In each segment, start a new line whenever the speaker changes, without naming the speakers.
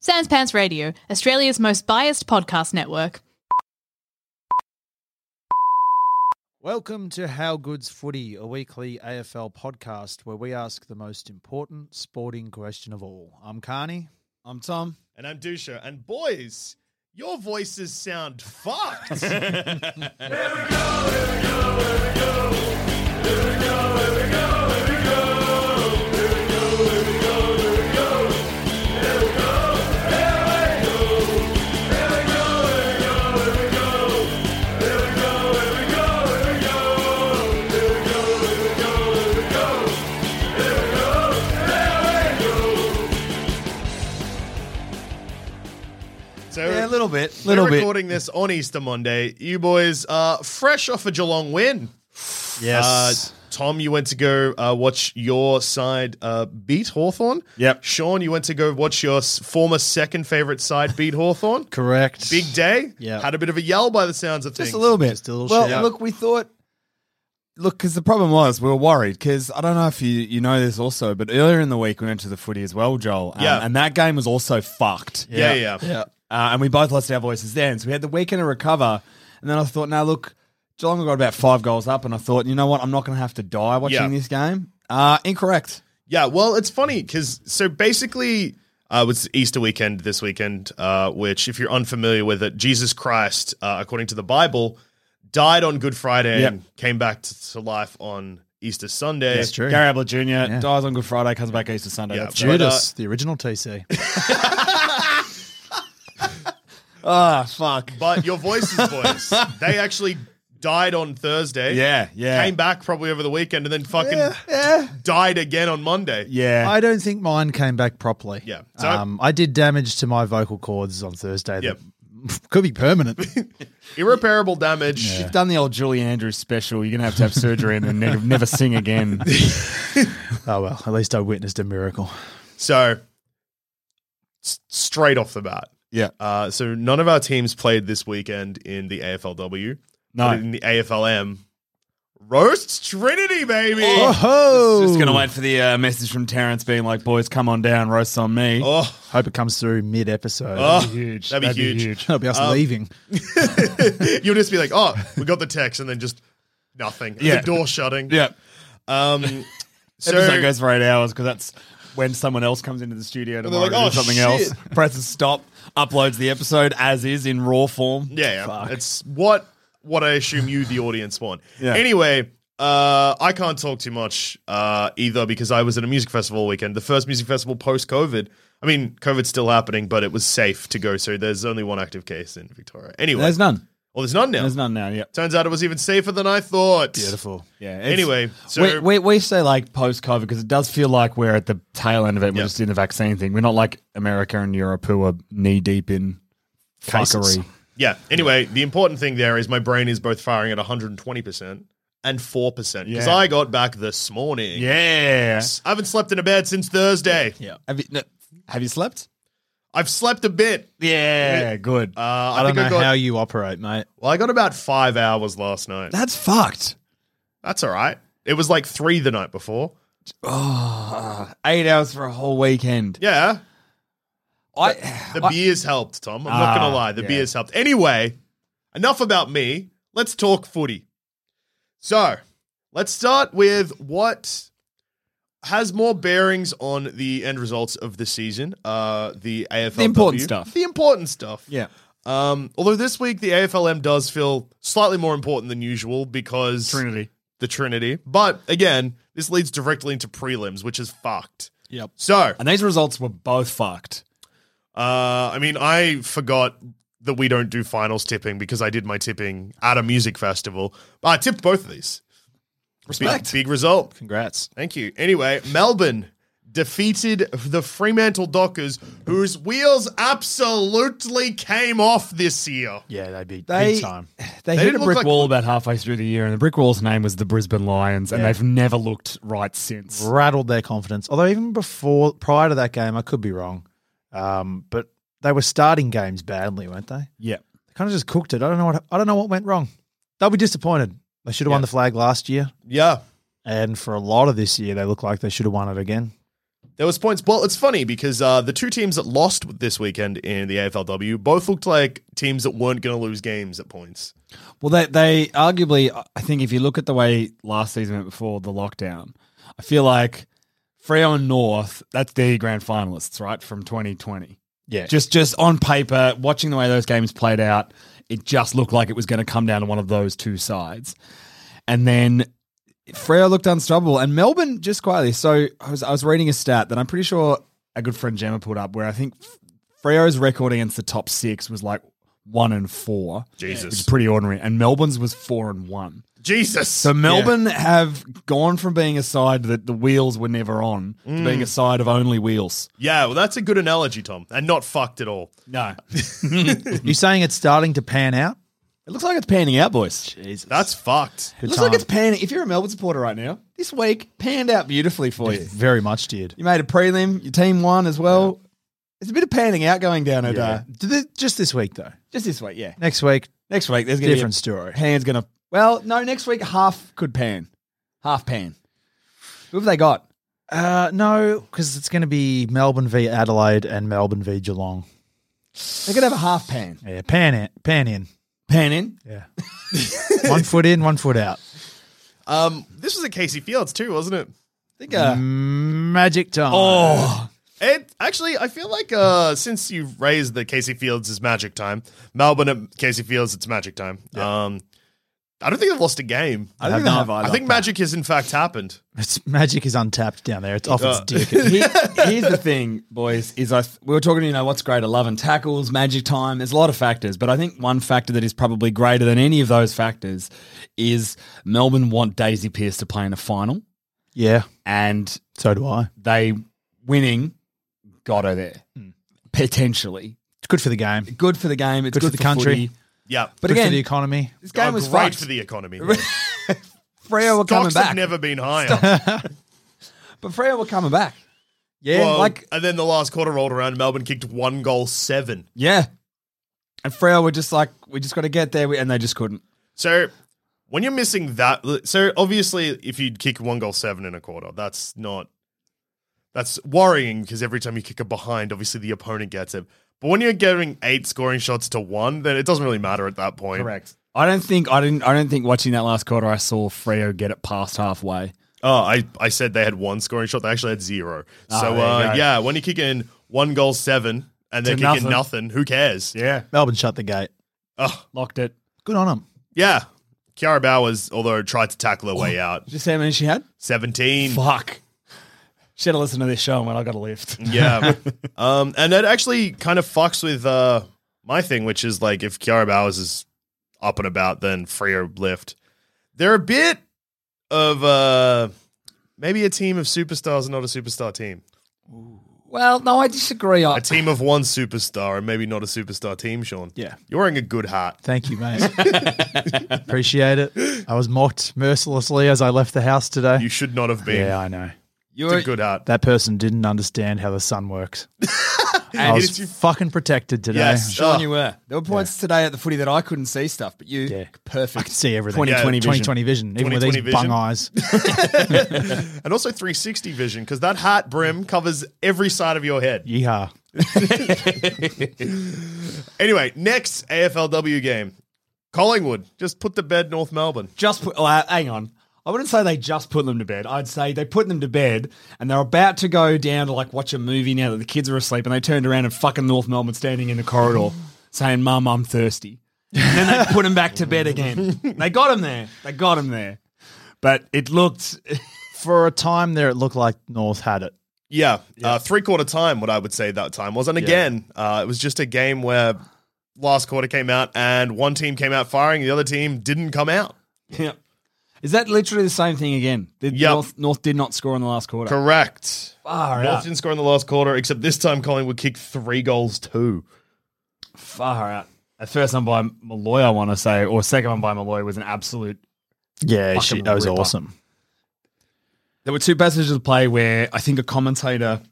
Sans Pants Radio, Australia's most biased podcast network.
Welcome to How Good's Footy, a weekly AFL podcast where we ask the most important sporting question of all. I'm Carney.
I'm Tom.
And I'm Dusha. And boys, your voices sound fucked. so
Yeah, a little bit.
we're
Little bit.
recording this on Easter Monday. You boys are fresh off a Geelong win.
Yes.
Uh, Tom, you went to go uh, watch your side uh, beat Hawthorn.
Yep.
Sean, you went to go watch your s- former second favorite side beat Hawthorn.
Correct.
Big day.
Yeah.
Had a bit of a yell by the sounds of things.
Just a little bit.
Just a little
well,
shout.
look, we thought, look, because the problem was we were worried because I don't know if you you know this also, but earlier in the week we went to the footy as well, Joel. um,
Yeah.
and that game was also fucked.
Yeah, yeah.
Yeah.
uh, and we both lost our voices then. So we had the weekend to recover, and then I thought, now look, Geelong got about five goals up, and I thought, you know what, I'm not going to have to die watching
Yeah.
this game. Uh, incorrect.
Yeah, well, it's funny because so basically, uh, it was Easter weekend this weekend, uh, which, if you're unfamiliar with it, Jesus Christ, uh, according to the Bible, died on Good Friday and came back to, to life on Easter Sunday.
That's true.
Gary Ablett Jr. dies on Good Friday, comes back Easter Sunday.
Yeah.
That's
Judas, the original TC.
Ah, fuck.
But your voices, boys, they actually died on Thursday.
Yeah, yeah.
Came back probably over the weekend and then fucking died again on Monday.
Yeah.
I don't think mine came back properly.
Yeah. So-
um, I did damage to my vocal cords on Thursday.
Yep.
That could be permanent.
Irreparable damage.
You've done the old Julie Andrews special. You're gonna have to have surgery and then never, never sing again.
oh well, at least I witnessed a miracle.
So, s- straight off the bat.
Yeah.
Uh, so none of our teams played this weekend in the AFLW.
No.
But in the AFLM, roast Trinity, baby. Oh,
Oh,
Just gonna wait for the uh, message from Terrence being like, "Boys, come on down, roast on me."
Hope it comes through mid-episode.
Oh.
Oh, That'd be huge. Um,
That'd be huge.
That'll be us leaving.
you'll just be like, oh, we got the text, and then just nothing. And
Yeah.
The door shutting.
Yeah.
Um, so
Episode goes for eight hours because that's when someone else comes into the studio to
they're like,
monitor
"Oh,
something
shit."
else, presses stop, uploads the episode as is in raw form.
yeah, yeah. it's what what I assume you, the audience, want.
Yeah.
Anyway. Uh, I can't talk too much uh, either because I was at a music festival all weekend, the first music festival post COVID. I mean, COVID's still happening, but it was safe to go. So there's only one active case in Victoria. Anyway,
There's none.
Well, there's none now.
There's none now. Yeah.
Turns out it was even safer than I thought.
Beautiful.
Yeah. it's-
Anyway, so
we, we, we say like post COVID because it does feel like we're at the tail end of it. We're
Yeah.
just in the vaccine thing. We're not like America and Europe who are knee deep in
Cases.
fuckery.
yeah. Anyway, the important thing there is my brain is both firing at 120 percent and four percent because
Yeah.
I got back this morning.
Yeah.
I haven't slept in a bed since Thursday.
Have you, no, have you slept?
I've slept a bit.
Yeah. Good.
Uh, I,
I don't
think
know
I got.
how you operate, mate.
well, I got about five hours last night.
That's fucked.
That's all right. It was like three the night before.
Oh, eight hours for a whole weekend.
Yeah,
I,
the
I-
beers helped, Tom. I'm not
Ah,
gonna lie, the
yeah.
beers helped. Anyway, enough about me. Let's talk footy. So, let's start with what has more bearings on the end results of the season. Uh, the AFL,
The important stuff.
the important stuff.
Yeah.
Um, although this week the AFLM does feel slightly more important than usual because
Trinity.
the Trinity. But again, this leads directly into prelims, which is fucked.
Yep.
So,
And these results were both fucked.
uh, I mean, I forgot that we don't do finals tipping because I did my tipping at a music festival. I tipped both of these.
Respect.
Big, big result.
Congrats.
Thank you. Anyway, Melbourne defeated the Fremantle Dockers, whose wheels absolutely came off this year.
Yeah, they'd be
They,
big time.
they,
didn't
hit a
look
brick
like-
wall about halfway through the year, and the brick wall's name was the Brisbane Lions, and
Yeah.
they've never looked right since.
rattled their confidence. Although even before, prior to that game, I could be wrong, um, but they were starting games badly, weren't they? They
Yeah.
kind of just cooked it. I don't know what I don't know what went wrong. They'll be disappointed. They should have won the flag last year,
Yeah.
and for a lot of this year, they look like they should have won it again.
There was points. Well, it's funny because uh, the two teams that lost this weekend in the AFLW both looked like teams that weren't going to lose games at points.
Well, they, they arguably, I think if you look at the way last season went before the lockdown, I feel like Freo and North, that's their grand finalists, right, from 2020.
Yeah.
Just, just on paper, watching the way those games played out, it just looked like it was going to come down to one of those two sides. And then Freo looked unstoppable, and Melbourne just quietly. So I was I was reading a stat that I'm pretty sure a good friend Gemma put up, where I think Freo's record against the top six was like one and four, which is
Jesus.
pretty ordinary, and Melbourne's was four and one.
Jesus.
So Melbourne have gone from being a side that the wheels were never on
Mm.
to being a side of only wheels.
yeah, well, that's a good analogy, Tom, and not fucked at all.
No, Mm-hmm.
You saying it's starting to pan out?
it looks like it's panning out, boys.
Jesus,
That's fucked.
It looks like it's panning. If you're a Melbourne supporter right now, this week panned out beautifully for you.
very much did.
You made a prelim. Your team won as well. It's a bit of panning out going down at uh,
Yeah. Did it- Just this week though.
just this week. Yeah,
Next week,
next week there's gonna
different
be
story.
a, pan's gonna. Well, no, next week half could pan, half pan. Who have they got?
Uh, no, because it's going to be Melbourne v Adelaide and Melbourne v Geelong.
They could have a half pan.
Yeah, pan in, pan in.
Pan in.
Yeah, one foot in, one foot out.
Um, this was at Casey Fields too, wasn't it?
I think. Uh,
Mm. Magic time.
oh,
It actually, I feel like uh, since you raised the Casey Fields is magic time, Melbourne at Casey Fields it's magic time. Um, I don't think they've lost a game.
I don't think they have either.
I think magic has in fact happened.
It's magic is untapped down there. It's off its
Uh,
dick.
Here- here's the thing, boys. Is I we were talking, you know, what's greater, love and tackles, magic time. There's a lot of factors, but I think one factor that is probably greater than any of those factors is Melbourne want Daisy Pierce to play in a final,
Yeah,
and
so do I.
they winning got her there potentially.
It's good for the game.
Good for the game. It's good, for the country.
Yeah,
But
good
again,
for the economy.
this game
Oh,
was
great
right
for the economy.
Freo were coming
Stocks
back,
have never been higher.
but Freo were coming back. Yeah,
Well,
like
and then the last quarter rolled around. Melbourne kicked one goal seven.
yeah. And Freo were just like, we just got to get there, We- and they just couldn't.
So when you're missing that, so obviously if you kick one goal seven in a quarter, that's not that's worrying because every time you kick a behind, obviously the opponent gets it. But when you're getting eight scoring shots to one, then it doesn't really matter at that point.
I don't think I didn't. I don't think watching that last quarter, I saw Freo get it past halfway.
Oh, I I said they had one scoring shot. They actually had zero.
Ah,
so
there you
uh,
go.
yeah, when you kick in one goal seven and they're
To
kicking nothing.
nothing.
who cares?
Yeah,
Melbourne shut the gate.
Oh,
locked it.
Good on them.
yeah. Kiara Bowers, although tried to tackle her way out,
Did you see how many she had?
seventeen.
Fuck. Should have listened to this show when I got a lift.
Yeah. um, and it actually kind of fucks with uh, my thing, which is like if Kiara Bowers is up and about, then Freer lift. They're a bit of uh, maybe a team of superstars, not a superstar team.
Well, no, I disagree. I,
A team of one superstar and maybe not a superstar team, Sean.
Yeah.
You're wearing a good hat.
Thank you, mate. Appreciate it. I was mocked mercilessly as I left the house today.
You should not have been.
yeah, I know.
It's
you're
a good hat.
That person didn't understand how the sun works. I
And
was
it's you-
fucking protected today.
Yes.
Sean,
Oh.
you were. There were points today at the footy that I couldn't see stuff, but you
Yeah.
perfect.
I could see everything.
2020
Yeah,
vision.
2020 vision, even with
2020
these bung
vision.
eyes.
and also 360 vision, because that hat brim covers every side of your head.
Yeehaw.
Anyway, next AFLW game Collingwood. Just put to bed North Melbourne.
Just put. Well, hang on. I wouldn't say they just put them to bed. I'd say they put them to bed and they're about to go down to like watch a movie now that the kids are asleep and they turned around and fucking North Melbourne standing in the corridor saying, Mum, I'm thirsty. And then they put him back to bed again. They got him there. They got him there. But it looked
For a time there, it looked like North had it.
Yeah, Uh, three quarter time, what I would say that time was. And again, uh, it was just a game where last quarter came out and one team came out firing, the other team didn't come out.
yeah. Is that literally the same thing again? The
Yep.
North, North did not score in the last quarter.
Correct.
Far
North
out.
didn't score in the last quarter, except this time Collingwood kicked three goals, too.
Far out. That first one by Malloy, I want to say, or second one by Malloy was an absolute
Yeah,
she- that was awesome. There were two passages of play where I think a commentator,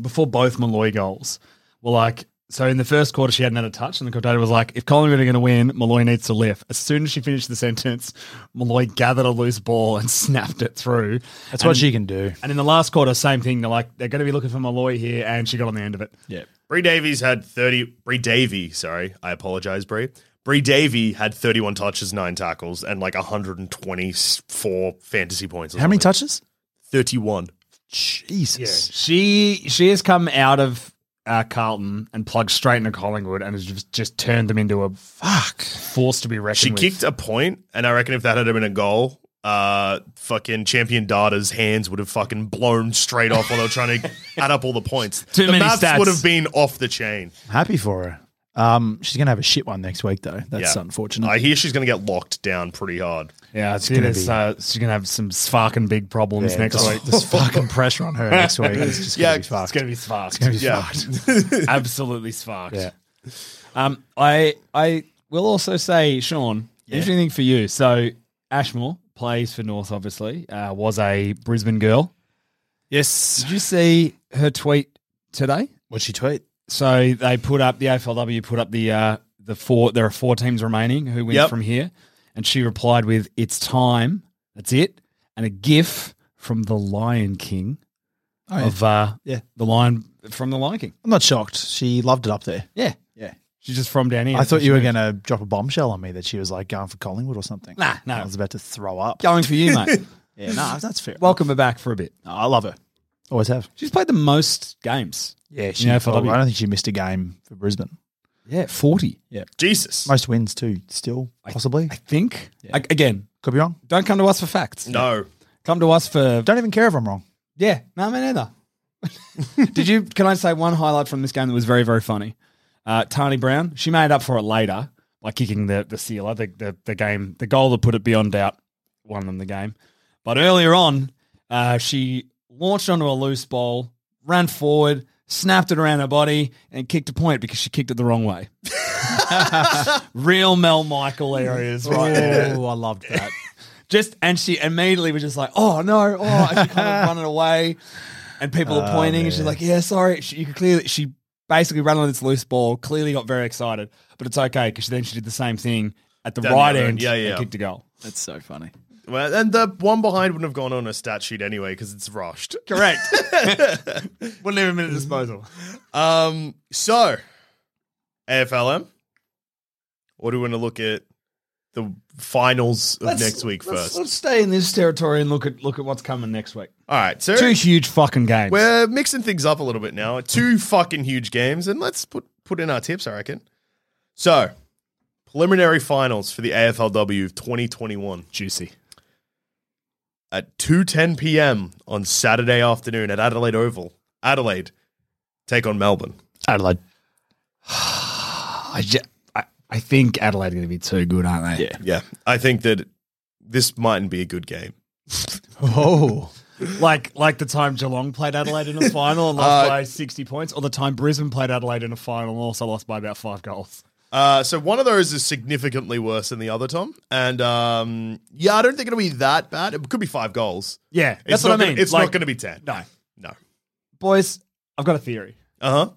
before both Malloy goals, were like, so in the first quarter, she hadn't had a touch, and the commentator was like, if Collingwood are going to win, Malloy needs to lift. As soon as she finished the sentence, Malloy gathered a loose ball and snapped it through.
That's
and,
what she can do.
And in the last quarter, same thing. They're like, they're going to be looking for Malloy here, and she got on the end of it.
Yeah.
Bree Davies had 30. Bree Davy, sorry. I apologize, Bree. Bree Davy had 31 touches, nine tackles, and like 124 fantasy points. or
How many
something.
touches?
31.
Jesus.
She she has come out of uh, Carlton and plugged straight into Collingwood and has just, just turned them into a fuck force to be reckoned
She
with.
kicked a point, and I reckon if that had been a goal, uh, fucking champion Data's hands would have fucking blown straight off while they were trying to add up all the points.
Too
the
many
maths
stats.
would have been off the chain.
I'm happy for her. Um, she's gonna have a shit one next week though. That's
Yeah.
unfortunate.
I hear she's going to get locked down pretty hard.
Yeah, it's gonna be. Uh, she's gonna have some fucking big problems
Yeah,
next
just-
week.
Just fucking pressure on her next week. It's just gonna
Yeah,
be fucked.
It's gonna be sparked.
Yeah.
Absolutely sparked.
Yeah.
Um, I I will also say, Sean, interesting thing for you. So Ashmore plays for North. Obviously, uh, was a Brisbane girl.
yes.
Did you see her tweet today?
What'd she tweet?
So they put up the AFLW put up the uh, the four. There are four teams remaining who wins
Yep.
from here, and she replied with "It's time." That's it, and a GIF from the Lion King
Oh, yeah.
of uh,
Yeah.
the lion from the Lion King.
I'm not shocked. She loved it up there.
Yeah,
Yeah.
she's just from down here.
I thought you were going to drop a bombshell on me that she was like going for Collingwood or something.
Nah, no.
I was about to throw up.
going for you, mate.
Yeah, no, that's fair.
Welcome her back for a bit.
No, I love her. Always have.
She's played the most games.
Yeah,
she- Yeah, for
I
W.
don't think she missed a game for Brisbane.
Yeah, forty,
Jesus.
Most wins too. Still possibly
I think. A- again,
could be wrong.
don't come to us for facts.
No.
come to us for
Don't even care if I'm wrong.
Yeah, no, me neither. Did you? Can I say one highlight from this game that was very, very funny? Uh, Tani Brown, she made up for it later by kicking the the sealer, the, the the game, the goal that put it beyond doubt, won them the game. But earlier on, uh, she launched onto a loose ball, ran forward, snapped it around her body, and kicked a point because she kicked it the wrong way. Real Mel Michael areas right there
I loved that.
just and she immediately was just like, "Oh no!" Oh, and she kind of running away, and people
Oh,
are pointing, and she's like, "Yeah, sorry." She, you could clearly she basically ran on this loose ball. Clearly got very excited, but it's okay because then she did the same thing at the
Down the
right
other
end.
end. Yeah, yeah, yeah.
and kicked a goal.
That's so funny.
Well, and the one behind wouldn't have gone on a stat sheet anyway because it's rushed.
Correct. Wouldn't even been a disposal.
Um, so, AFLM, what do we want to look at? The finals of next week 1st
Let's, let's stay in this territory and look at look at what's coming next week.
All right. So,
Two huge fucking games.
We're mixing things up a little bit now. Two fucking huge games, and let's put put in our tips. I reckon. So, preliminary finals for the AFLW of 2021
juicy.
at 2:10 p.m. on Saturday afternoon at Adelaide Oval. Adelaide take on Melbourne.
Adelaide.
I, ju- I I think Adelaide are going to be too good, aren't they? Yeah.
Yeah, I think that this mightn't be a good game.
Oh,
Like like the time Geelong played Adelaide in a final and
Uh,
lost by sixty points, or the time Brisbane played Adelaide in a final and also lost by about five goals.
Uh, so one of those is significantly worse than the other, Tom. And um, yeah, I don't think it'll be that bad. It could be five goals.
Yeah,
It's
that's
not
what I mean.
gonna- it's
Like,
not going to be ten.
No.
no.
boys. I've got a theory.
Uh huh.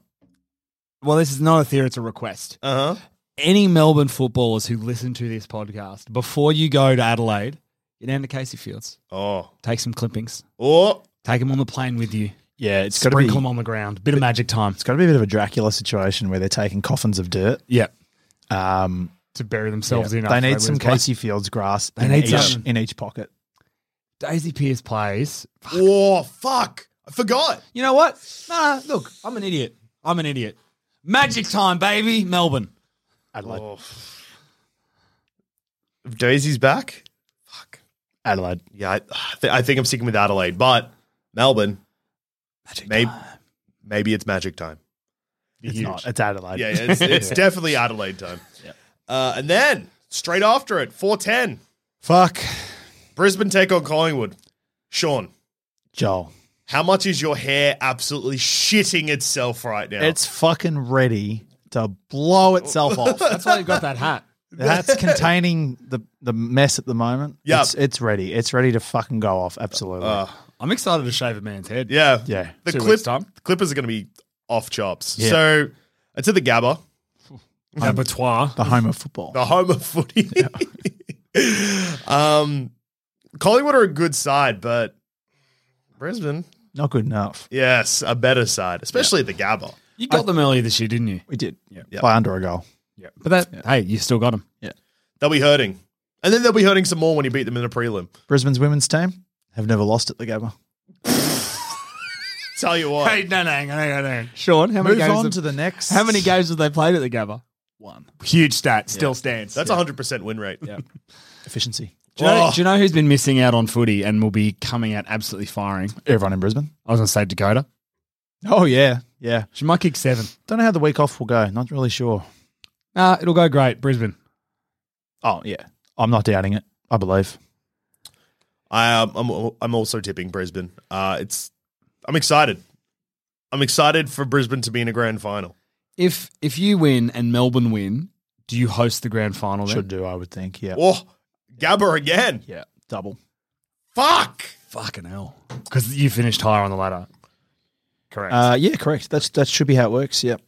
Well, this is not a theory; it's a request.
Uh huh.
Any Melbourne footballers who listen to this podcast, before you go to Adelaide, get down to Casey Fields,
Oh.
take some clippings,
Oh.
take them on the plane with you,
yeah. It's got to be.
sprinkle them on the ground, bit of magic time.
It's got to be a bit of a Dracula situation where they're taking coffins of dirt.
Yeah,
Um,
to bury themselves in.
they
after
need some
lose by-
Casey Fields grass.
They
in
need
each,
some.
in each pocket.
Daisy Pierce plays.
Oh, fuck. I forgot.
You know what? Nah, look, I'm an idiot. I'm an idiot. Magic time, baby. Melbourne. Adelaide.
Oh. If Daisy's back? Fuck.
Adelaide.
Yeah, I, th- I think I'm sticking with Adelaide, but Melbourne,
Magic
maybe,
time.
maybe it's magic time.
It's
Huge.
not. It's Adelaide.
Yeah, yeah it's, it's definitely Adelaide time. Uh, and then straight after it, 410,
Fuck.
Brisbane take on Collingwood. Sean,
Joel.
how much is your hair absolutely shitting itself right now?
It's fucking ready to blow itself off.
That's why you got that hat.
That's containing the, the mess at the moment.
Yeah.
It's, it's ready. It's ready to fucking go off. Absolutely.
I'm excited to shave a man's head.
yeah.
yeah.
The,
Two
clip,
weeks' time.
the Clippers are going to be off chops.
Yeah.
So it's at the Gabba,
Abattoir.
The home of football.
the home of footy. um, Collingwood are a good side, but Brisbane,
Not good enough.
yes, a better side, especially at the Gabba.
You got them earlier this year, didn't you?
We did. Yeah.
Yeah.
By under a goal.
Yeah. But that, hey, you still got them.
They'll be hurting. And then they'll be hurting some more when you beat them in a prelim.
Brisbane's women's team have never lost at the Gabba.
Tell you what.
no, no, hang on, hang on, hang on. Sean, how
Move
many games?
on
have-
to the next.
how many games have they played at the Gabba? One. Huge stat. Still stands.
That's a hundred percent win rate.
Yeah.
Efficiency.
Do you, know,
Oh.
do you know who's been missing out on footy and will be coming out absolutely firing?
Everyone in Brisbane.
I was going to say Dakota.
Oh, yeah. Yeah.
She might kick seven.
Don't know how the week off will go. Not really sure.
Uh, it'll go great. Brisbane.
Oh, yeah. I'm not doubting it. I believe.
I, um, I'm I'm also tipping Brisbane. Uh, it's I'm excited. I'm excited for Brisbane to be in a grand final.
If if you win and Melbourne win, do you host the grand final then?
Should do, I would think. Yeah.
Oh, Gabba again.
Yeah. Double.
Fuck.
Fucking hell. Because you finished higher on the ladder. Correct.
Uh, yeah, correct. That's that should be how it works. Yep.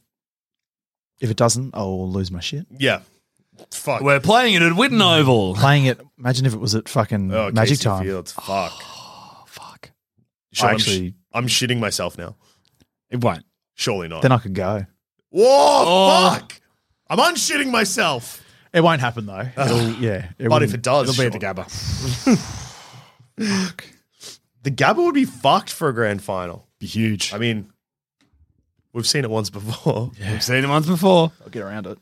If it doesn't, I'll lose my shit.
Yeah. Fuck.
We're playing it at Witten Oval.
Playing it. Imagine if it was at fucking
Oh,
Magic
Casey
Time.
Fields. Fuck.
Oh, fuck.
Sean,
I
I'm sh-
actually-
I'm, shitting myself now.
It won't.
Surely not.
Then I could go.
Whoa.
Oh.
Fuck. I'm unshitting myself.
It won't happen though. It'll, yeah. It
But if
wouldn't-
it does,
It'll be at the
Sean,
Gabba.
The Gabba would be fucked for a grand final.
Be huge.
I mean, we've seen it once before.
We've seen it once before.
I'll get around it.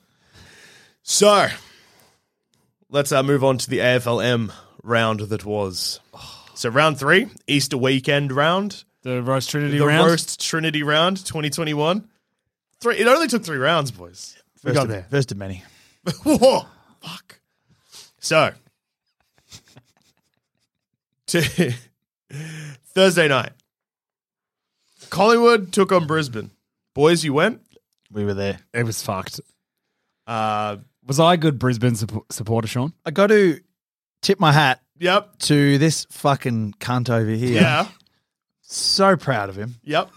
So let's uh, move on to the AFLM round that was. So round three, Easter weekend round,
The Roast Trinity
the
round.
roast Trinity round, 2021. Three. It only took three rounds, boys.
we got there.
First of many.
Whoa, fuck. So to- Thursday night, Collingwood took on Brisbane. Boys, you went.
We were there.
It was fucked.
Uh,
Was I a good Brisbane suppo- supporter, Sean?
I got to tip my hat
yep.
to this fucking cunt over here.
Yeah.
So proud of him.
Yep.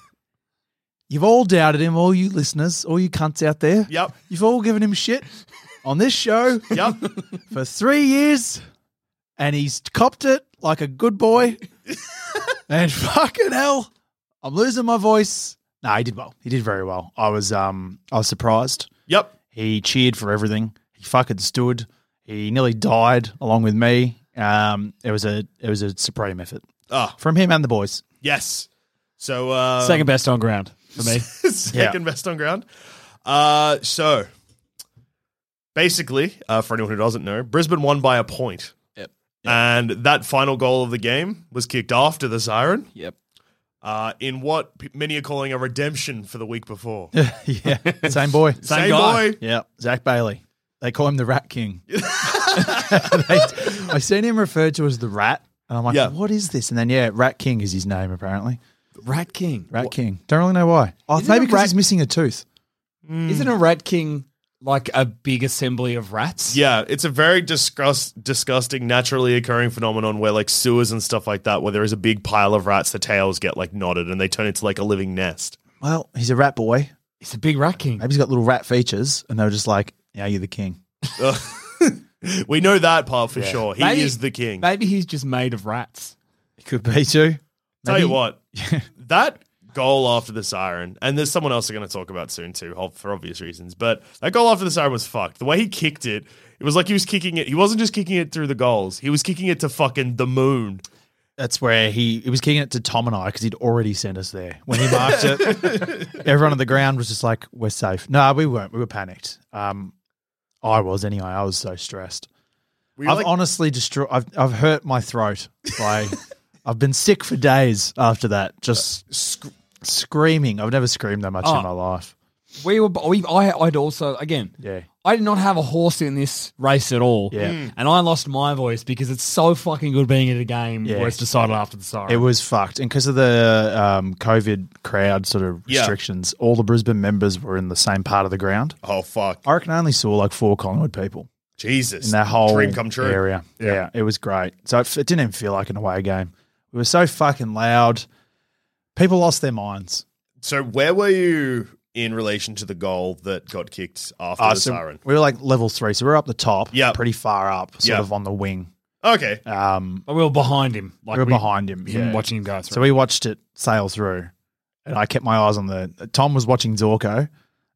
You've all doubted him, all you listeners, all you cunts out there.
Yep.
You've all given him shit on this show
Yep.
for three years, and he's copped it like a good boy. and fucking hell, I'm losing my voice. No, he did well. He did very well. I was um I was surprised.
yep.
He cheered for everything. He fucking stood. He nearly died along with me. Um, it was a it was a supreme effort
Ah,
from him and the boys.
yes. So uh,
Second best on ground for me.
second best on ground. Uh, so basically, uh, for anyone who doesn't know, Brisbane won by a point.
Yep.
And that final goal of the game was kicked after the siren.
Yep.
Uh, in what p- many are calling a redemption for the week before.
yeah, same boy.
Same guy.
boy.
Yeah, Zach Bailey. They call him the Rat King. They- I've seen him referred to as the Rat, and I'm like,
Yeah.
what is this? And then yeah, Rat King is his name apparently.
Rat King.
Rat King. Don't really know why. Oh,
Isn't
maybe
a
because
rat-
he's missing a tooth.
Isn't a rat king like a big assembly of rats?
Yeah, it's a very disgust, disgusting, naturally occurring phenomenon where, like, sewers and stuff like that, where there is a big pile of rats, the tails get, like, knotted and they turn into, like, a living nest.
Well, he's a rat boy.
It's a big rat king.
Maybe he's got little rat features, and they were just like, "Yeah, you're the king."
We know that part for sure. He
Maybe-
is the king.
Maybe he's just made of rats.
It could be too.
Tell you
Maybe-
what, that goal after the siren, and there's someone else we're going to talk about soon too, ob- for obvious reasons. But that goal after the siren was fucked. The way he kicked it, it was like he was kicking it. He wasn't just kicking it through the goals. He was kicking it to fucking the moon.
That's where he he was kicking it to Tom and I because he'd already sent us there. When he marked it, everyone on the ground was just like, "We're safe." No, we weren't. We were panicked. Um, I was anyway. I was so stressed.
Were you
I've
like-
honestly destroyed. I've I've hurt my throat. By I've been sick for days after that. Just
Uh,
sc- screaming. I've never screamed that much
Oh.
in my life.
We were. We, I, I'd also again.
Yeah.
I did not have a horse in this race at all.
Yeah. Mm.
And I lost my voice because it's so fucking good being at a game
Yeah.
where it's decided after the siren.
It was fucked. And because of the um, COVID crowd sort of
Yeah.
restrictions, all the Brisbane members were in the same part of the ground.
oh fuck,
I reckon I only saw like four Collingwood people
Jesus,
in that whole
dream come true.
area. Yeah. it was great. So it, f- it didn't even feel like an away game. We were so fucking loud. People lost their minds.
So where were you in relation to the goal that got kicked after
Uh,
the
so
siren?
We were like level three, so we were up the top,
Yep.
pretty far up, sort
Yep.
of on the wing.
Okay,
Um,
But we were behind him. Like
we were behind him,
him,
yeah.
watching him go through.
So we watched it sail through, and I kept my eyes on the. Tom was watching Zorko,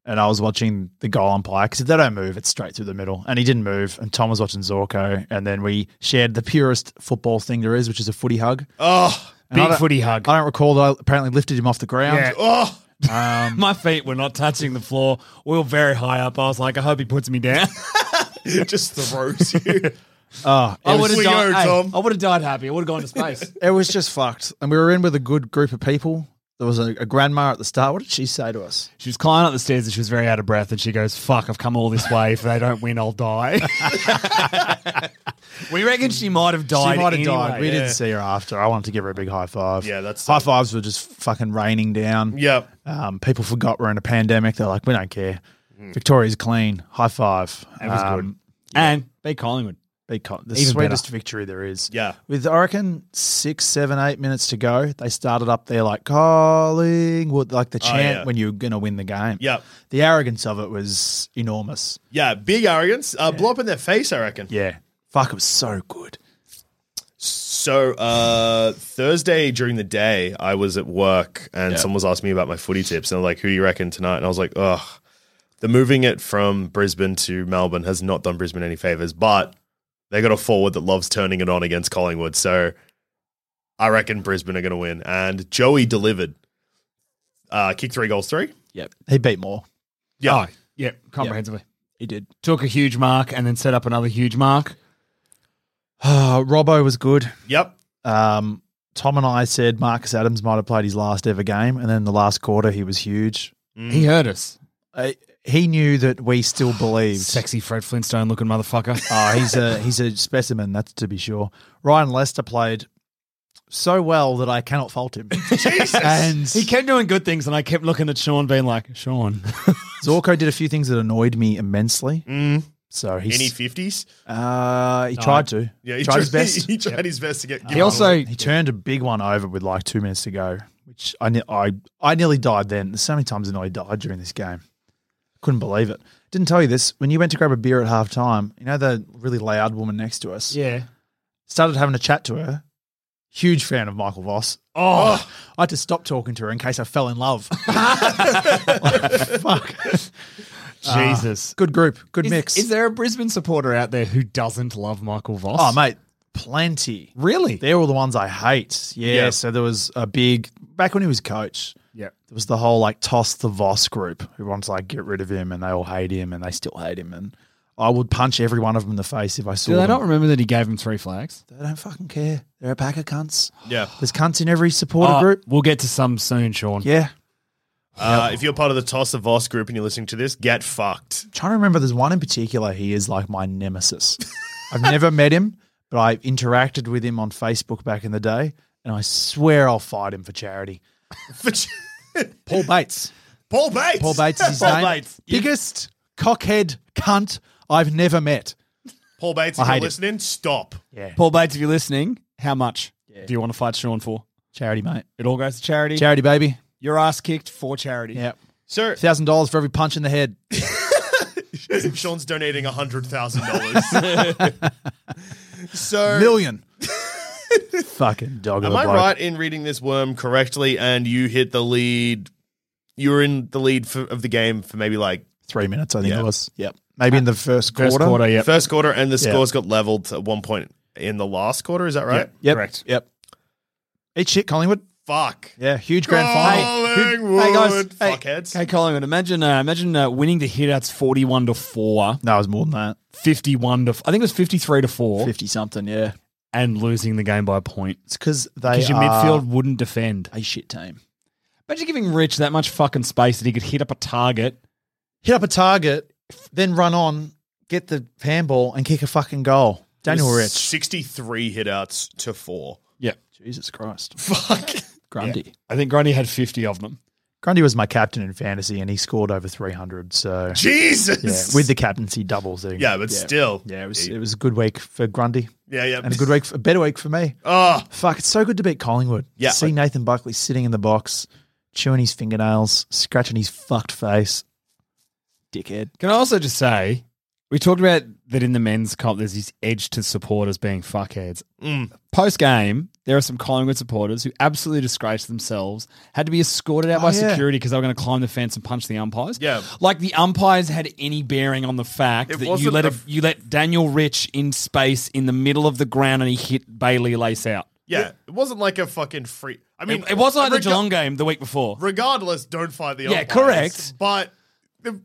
and I was watching the goal umpire because if they don't move, it's straight through the middle. And he didn't move, and Tom was watching Zorko, and then we shared the purest football thing there is, which is a footy hug.
oh,
And I
Big
don't-
footy hug.
I don't recall that I apparently lifted him off the ground.
oh,
Um,
My feet were not touching the floor. We were very high up. I was like, I hope he puts me down.
it just throws you.
oh, it
I
was-
would have
we
died.
go,
hey,
Tom.
I would have died happy. I would have gone to space.
It was just fucked. And we were in with a good group of people. There was a, a grandma at the start. What did she say to us?
she was climbing up the stairs and she was very out of breath. And she goes, "Fuck, I've come all this way. If they don't win, I'll die." we reckon she might have died.
she might have died.
anyway.
We
Yeah.
didn't see her after. I wanted to give her a big high five.
Yeah, that's-
high fives were just fucking raining down.
Yep.
Um, people forgot we're in a pandemic. They're like, we don't care. Victoria's clean. High five. That
was And beat Collingwood.
They co- the
Even
sweetest victory there is.
Yeah.
With I reckon six, seven, eight minutes to go, they started up there like Collingwood, like the chant
yeah.
when you're gonna win the game.
Yep.
The arrogance of it was enormous.
Yeah, big arrogance. Uh, Blow up in their face, I reckon.
Yeah. Fuck, it was so good.
So uh, Thursday during the day, I was at work and someone was asking me about my footy tips and they're like, "Who do you reckon tonight?" And I was like, "Ugh, the moving it from Brisbane to Melbourne has not done Brisbane any favors." But they got a forward that loves turning it on against Collingwood, so I reckon Brisbane are going to win. And Joey delivered, uh, kick three goals three.
He beat more.
Yeah,
Oh, yeah, comprehensively.
He did.
Took a huge mark and then set up another huge mark. Uh,
Robbo was good.
yep.
Um, Tom and I said Marcus Adams might have played his last ever game, and then the last quarter he was huge.
He heard us.
Uh, he knew that we still believed.
Sexy Fred Flintstone looking motherfucker.
Oh, he's a he's a specimen, that's to be sure. Ryan Lester played so well that I cannot fault him. Jesus. And
he kept doing good things, and I kept looking at Sean, being like, "Sean,
Zorko did a few things that annoyed me immensely.
Mm.
So
Any
he's
fifties?
uh, he tried to.
Yeah,
he tried his best.
He, tried his best to get.
He also
he turned a big one over with like two minutes to go, which I ne- I I nearly died then. There's so many times I nearly died during this game. Couldn't believe it. Didn't tell you this when you went to grab a beer at half time. You know the really loud woman next to us.
yeah."
Started having a chat to her. Huge fan of Michael Voss.
Oh,
I had to stop talking to her in case I fell in love. fuck.
Jesus.
Good group. Good
Uh, Is-
mix.
Is, there a Brisbane supporter out there who doesn't love Michael Voss?
oh mate, plenty.
Really?
They're all the ones I hate. Yeah.
Yeah.
So there was a big back when he was coach.
Yeah.
there was the whole like toss the Voss group who wants to like get rid of him and they all hate him and they still hate him and I would punch every one of them in the face if I saw
Do they
them.
not remember that he gave him three flags?
they don't fucking care. They're a pack of cunts.
Yeah.
There's cunts in every supporter
Oh,
group.
We'll get to some soon, Sean.
Yeah.
Uh, if you're part of the Toss of Voss group and you're listening to this, get fucked.
trying to remember there's one in particular he is like my nemesis. I've never met him, but I interacted with him on Facebook back in the day and I swear I'll fight him for charity. Paul Bates.
Paul Bates.
Paul Bates is his
Paul
name.
Bates.
Biggest cockhead cunt I've never met.
Paul Bates.
I
If you're
hate it.
listening, stop.
Yeah.
Paul Bates, if you're listening, how much do you want to fight Sean for?
Charity, mate.
It all goes to charity.
Charity, baby.
Your ass kicked for charity.
Yeah.
So
thousand dollars for every punch in the head.
Sean's donating hundred thousand dollars. So
Million. Fucking dog. of
am
a
I
bloke.
right in reading this worm correctly? And you hit the lead. You were in the lead for, of the game for maybe like
Three minutes, I think
Yeah.
it was. Yep. Maybe in the first quarter.
First quarter, yeah.
first quarter, and the
Yeah.
scores got leveled at one point in the last quarter. Is that right?
Yep.
Correct.
Yep. Eat shit, Collingwood.
Fuck.
Yeah, huge grand final. Huge-
Collingwood,
Hey guys, hey,
fuckheads.
Hey Collingwood, imagine uh, imagine uh, winning the hitouts forty-one to four,
No, it was more than that.
51 to I think it was fifty-three to four,
Fifty something. Yeah,
and losing the game by a point
it's because they
because your
are
midfield wouldn't defend.
a shit team.
Imagine giving Rich that much fucking space that he could hit up a target.
Hit up a target, then run on, get the handball, and kick a fucking goal. Daniel
It was
Rich.
63 hitouts to four.
Yeah,
Jesus Christ,
Fuck.
Grundy.
I think Grundy had fifty of them.
Grundy was my captain in fantasy, and he scored over three hundred. So
Jesus.
yeah, with the captaincy doubles. I think.
Yeah, but still.
yeah, it was it was a good week for Grundy,
Yeah, yeah.
and a good week, for, a better week for me.
Oh,
Fuck, it's so good to beat Collingwood.
Yeah.
see Nathan Buckley sitting in the box, chewing his fingernails, scratching his fucked face. Dickhead.
Can I also just say, we talked about that in the men's comp, there's this edge to supporters being fuckheads.
Mm.
Post game, there are some Collingwood supporters who absolutely disgraced themselves, had to be escorted out
Oh,
by
yeah.
security because they were going to climb the fence and punch the umpires.
Yeah.
Like the umpires had any bearing on the fact
It
that you
wasn't
let,
a-
a, you let Daniel Rich in space in the middle of the ground and he hit Bailey Lace out.
yeah. It wasn't like a fucking free. I mean,
it, it wasn't like
rega-
the Geelong game the week before.
Regardless, don't find the
Yeah,
umpires.
correct.
But the,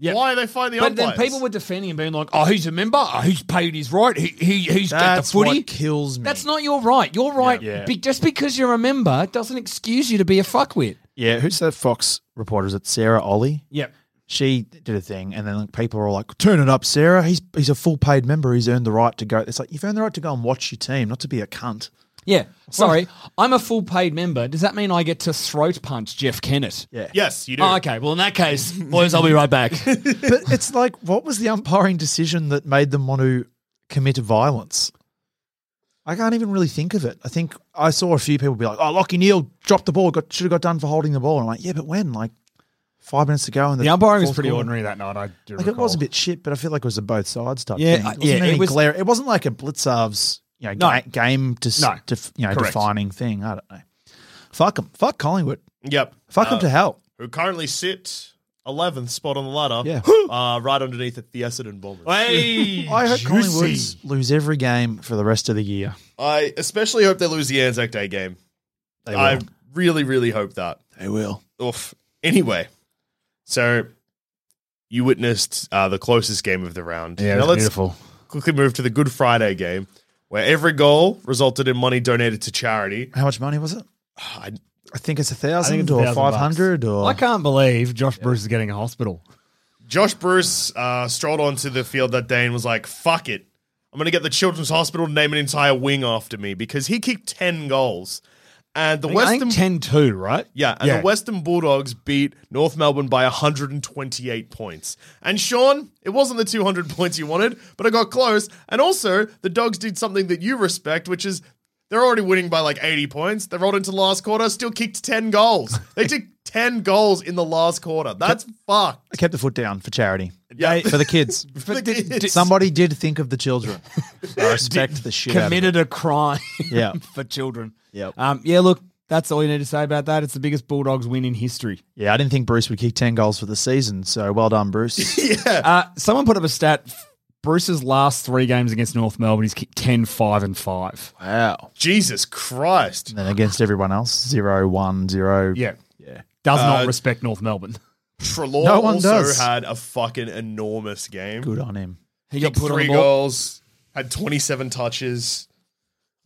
Yeah.
why are they finding the
But then
umpires?
people were defending him, being like, "Oh, he's a member. Oh, he's paid his right. He, he he's got the
That's
footy."
what kills me.
That's not your right. Your right,
Yeah.
be- just because you're a member, it doesn't excuse you to be a fuckwit.
Yeah, who's that Fox reporter? Is it Sarah Ollie?
Yep.
She did a thing, and then like, people are all like, "Turn it up, Sarah. He's he's a full paid member. He's earned the right to go." It's like you've earned the right to go and watch your team, not to be a cunt.
Yeah. Sorry, I'm a full paid member. Does that mean I get to throat punch Jeff Kennett?
Yeah.
Yes, you do.
Oh, okay. Well, in that case, boys, I'll be right back.
But it's like, what was the umpiring decision that made them want to commit violence? I can't even really think of it. I think I saw a few people be like, "Oh, Lockie Neal dropped the ball. Got should have got done for holding the ball." And I'm like, "Yeah, but when? Like five minutes to go." And the,
the umpiring was
fourth
pretty
quarter?"
ordinary that night. I do
Like it was a bit shit, but I feel like it was a both sides type
Yeah,
thing.
uh,
It wasn't
yeah,
any
it was-
glare. It wasn't like a Blitzarves, you know,
No.
ga- game dis-
No.
def- you know,
Correct.
defining thing. I don't know. Fuck them. Fuck Collingwood.
Yep.
Fuck them
Uh,
to hell.
Who currently sit 11th spot on the ladder.
Yeah.
Uh, right underneath the Essendon Bombers.
Hey,
I hope Collingwood lose every game for the rest of the year.
I especially hope they lose the Anzac Day game.
They will.
I really, really hope that.
they will.
Oof. Anyway, so you witnessed uh, the closest game of the round.
Yeah, it
now
was
let's
beautiful.
quickly move to the Good Friday game, where every goal resulted in money donated to charity.
How much money was it?
I,
I think it's a
I think
thousand
it's a
or
thousand
five
bucks.
hundred or
I can't believe Josh Bruce is getting a hospital.
Josh Bruce uh, strolled onto the field that day and was like, fuck it. I'm going to get the Children's Hospital to name an entire wing after me because he kicked 10 goals. And the
I
Western
think 10-2, right?
Yeah, and the Western Bulldogs beat North Melbourne by 128 points. And Sean, it wasn't the 200 points you wanted, but it got close. And also, the Dogs did something that you respect, which is they're already winning by like 80 points. They rolled into last quarter, still kicked 10 goals. They took 10 goals in the last quarter. That's fucked.
I kept the foot down for charity.
Yeah.
For the kids.
But did- did-
Somebody did think of the children. I respect the shit. out of it.
Committed a crime.
Yeah.
for children.
Yep.
Um, yeah, look, that's all you need to say about that. It's the biggest Bulldogs win in history.
Yeah, I didn't think Bruce would kick ten goals for the season, so well done, Bruce.
Uh, someone put up a stat. Bruce's last three games against North Melbourne, he's kicked 10, 5, and 5.
wow.
Jesus Christ.
And then against everyone else, zero, one, zero.
Yeah. Yeah. Does not
Uh,
respect North Melbourne.
Trelaw
No one
also
does.
had a fucking enormous game.
Good on him.
He
Kicked three goals, had 27 touches.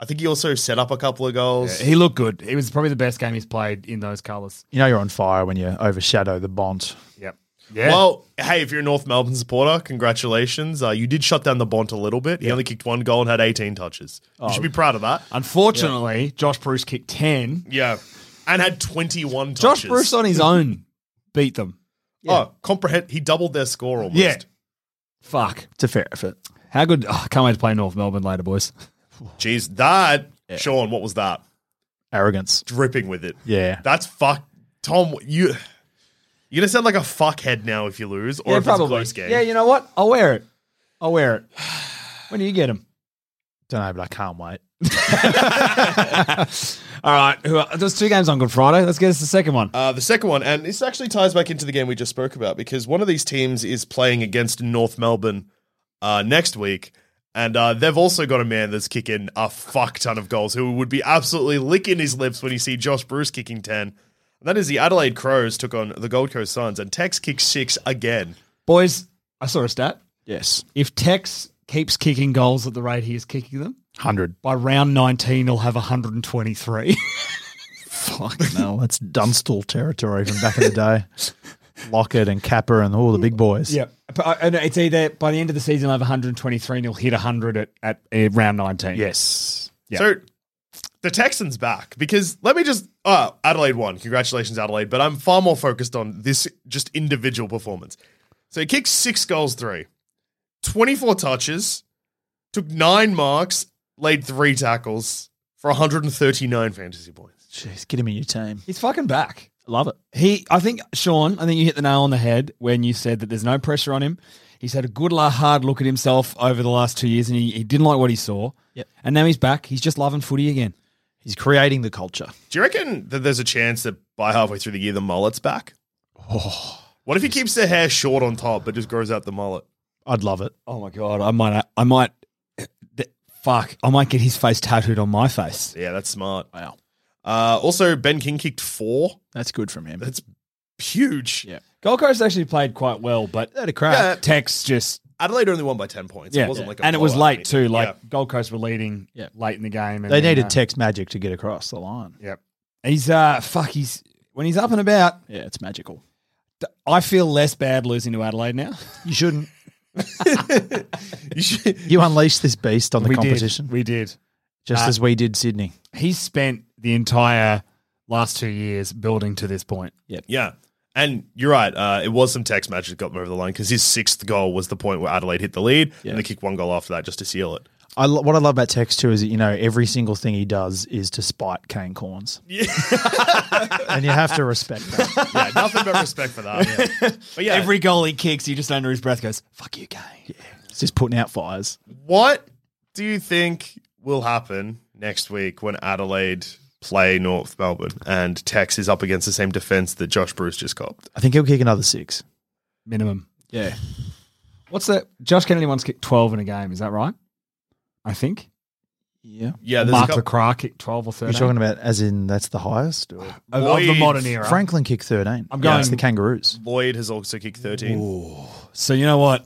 I think he also set up a couple of goals.
He looked good. It was probably the best game he's played in those colours.
You know you're on fire when you overshadow the Bont.
Yep. Yeah.
Well, hey, if you're a North Melbourne supporter, congratulations. Uh, you did shut down the Bont a little bit. He only kicked one goal and had 18 touches.
Oh.
You should be proud of that.
Unfortunately, Josh Bruce kicked 10.
Yeah. And had 21 touches.
Josh Bruce uh, on his own beat them.
Oh, comprehend. He doubled their score almost.
Yeah. Fuck.
It's a fair effort.
How good. Oh, I can't wait to play North Melbourne later, boys.
Jeez, that. Sean, what was that?
Arrogance.
Dripping with it.
Yeah.
That's fuck. Tom, you. You're gonna sound like a fuckhead now if you lose, or if it's a close game.
Yeah, you know what? I'll wear it. I'll wear it. When do you get him?
Don't know, but I can't wait.
All right. Who are, there's two games on Good Friday. Let's get us the second one.
Uh, the second one, and this actually ties back into the game we just spoke about because one of these teams is playing against North Melbourne uh, next week, And uh, they've also got a man that's kicking a fuck ton of goals who would be absolutely licking his lips when you see Josh Bruce kicking 10. And that is the Adelaide Crows took on the Gold Coast Suns, and Tex kicked six again.
Boys, I saw a stat.
Yes.
If Tex keeps kicking goals at the rate he is kicking them,
100.
by round 19, he'll have 123.
Fuck no, Oh, that's Dunstall territory from back in the day. Lockett and Capper and all the big boys.
yeah. But I- and it's either by the end of the season, I'll have 123 and he'll hit 100 at, at uh, round 19.
Yes.
Yeah.
So the Texans back because let me just oh Adelaide won. Congratulations, Adelaide. But I'm far more focused on this just individual performance. So he kicked six goals, three, 24 touches, took nine marks, laid three tackles for 139 fantasy points.
Jeez, get him in your team.
He's fucking back.
Love it.
He, I think, Sean, I think you hit the nail on the head when you said that there's no pressure on him. He's had a good, la- hard look at himself over the last two years and he, he didn't like what he saw.
Yep.
And now he's back. He's just loving footy again.
He's creating the culture.
Do you reckon that there's a chance that by halfway through the year the mullet's back? What if he keeps the hair short on top but just grows out the mullet?
I'd love it.
Oh my God. I might, I might, eh, th- fuck, I might get his face tattooed on my face.
Yeah, that's smart.
Wow.
Uh, also, Ben King kicked four.
That's good from him.
That's huge.
Yeah.
Gold Coast actually played quite well, but
That a crack.
Tex just
Adelaide only won by 10 points.
yeah,
It wasn't like a
and it was
blowout or
late too.
anything.
Like
Yeah.
Gold Coast were leading
Yeah.
late in the game. And
They
then,
needed
uh,
Tex Magic to get across the line.
Yep, he's uh fuck. He's when he's up and about.
Yeah, it's magical.
d- I feel less bad losing to Adelaide now.
You shouldn't.
You should-
You unleashed this beast on the
we
competition,
did. We did.
just
Uh,
as we did Sydney.
He spent the entire last two years building to this point.
yeah. And you're right. Uh, it was some text match that got him over the line because his sixth goal was the point where Adelaide hit the lead
Yeah.
and they kicked one goal after that just to seal it.
I lo- what I love about Tex too is that you know every single thing he does is to spite Kane Corns, and you have to respect that.
yeah, nothing but respect for that. But yeah,
Every goal he kicks, he just under his breath goes, "Fuck you, game."
It's just putting out fires.
what do you think will happen next week when Adelaide play North Melbourne and Tex is up against the same defense that Josh Bruce just copped?
I think he'll kick another six.
Minimum.
Yeah,
What's that? Josh Kennedy once kicked twelve in a game. Is that right? I think.
yeah.
Yeah, there's a
Mark
couple-
LaCroix kicked twelve or
You're
thirteen.
talking about as in that's the highest. Or?
of, of the
Lloyd.
modern era.
Franklin kicked thirteen.
Uh, I'm
Yeah,
going-
it's the Kangaroos.
Lloyd has also kicked 13.
So you know what?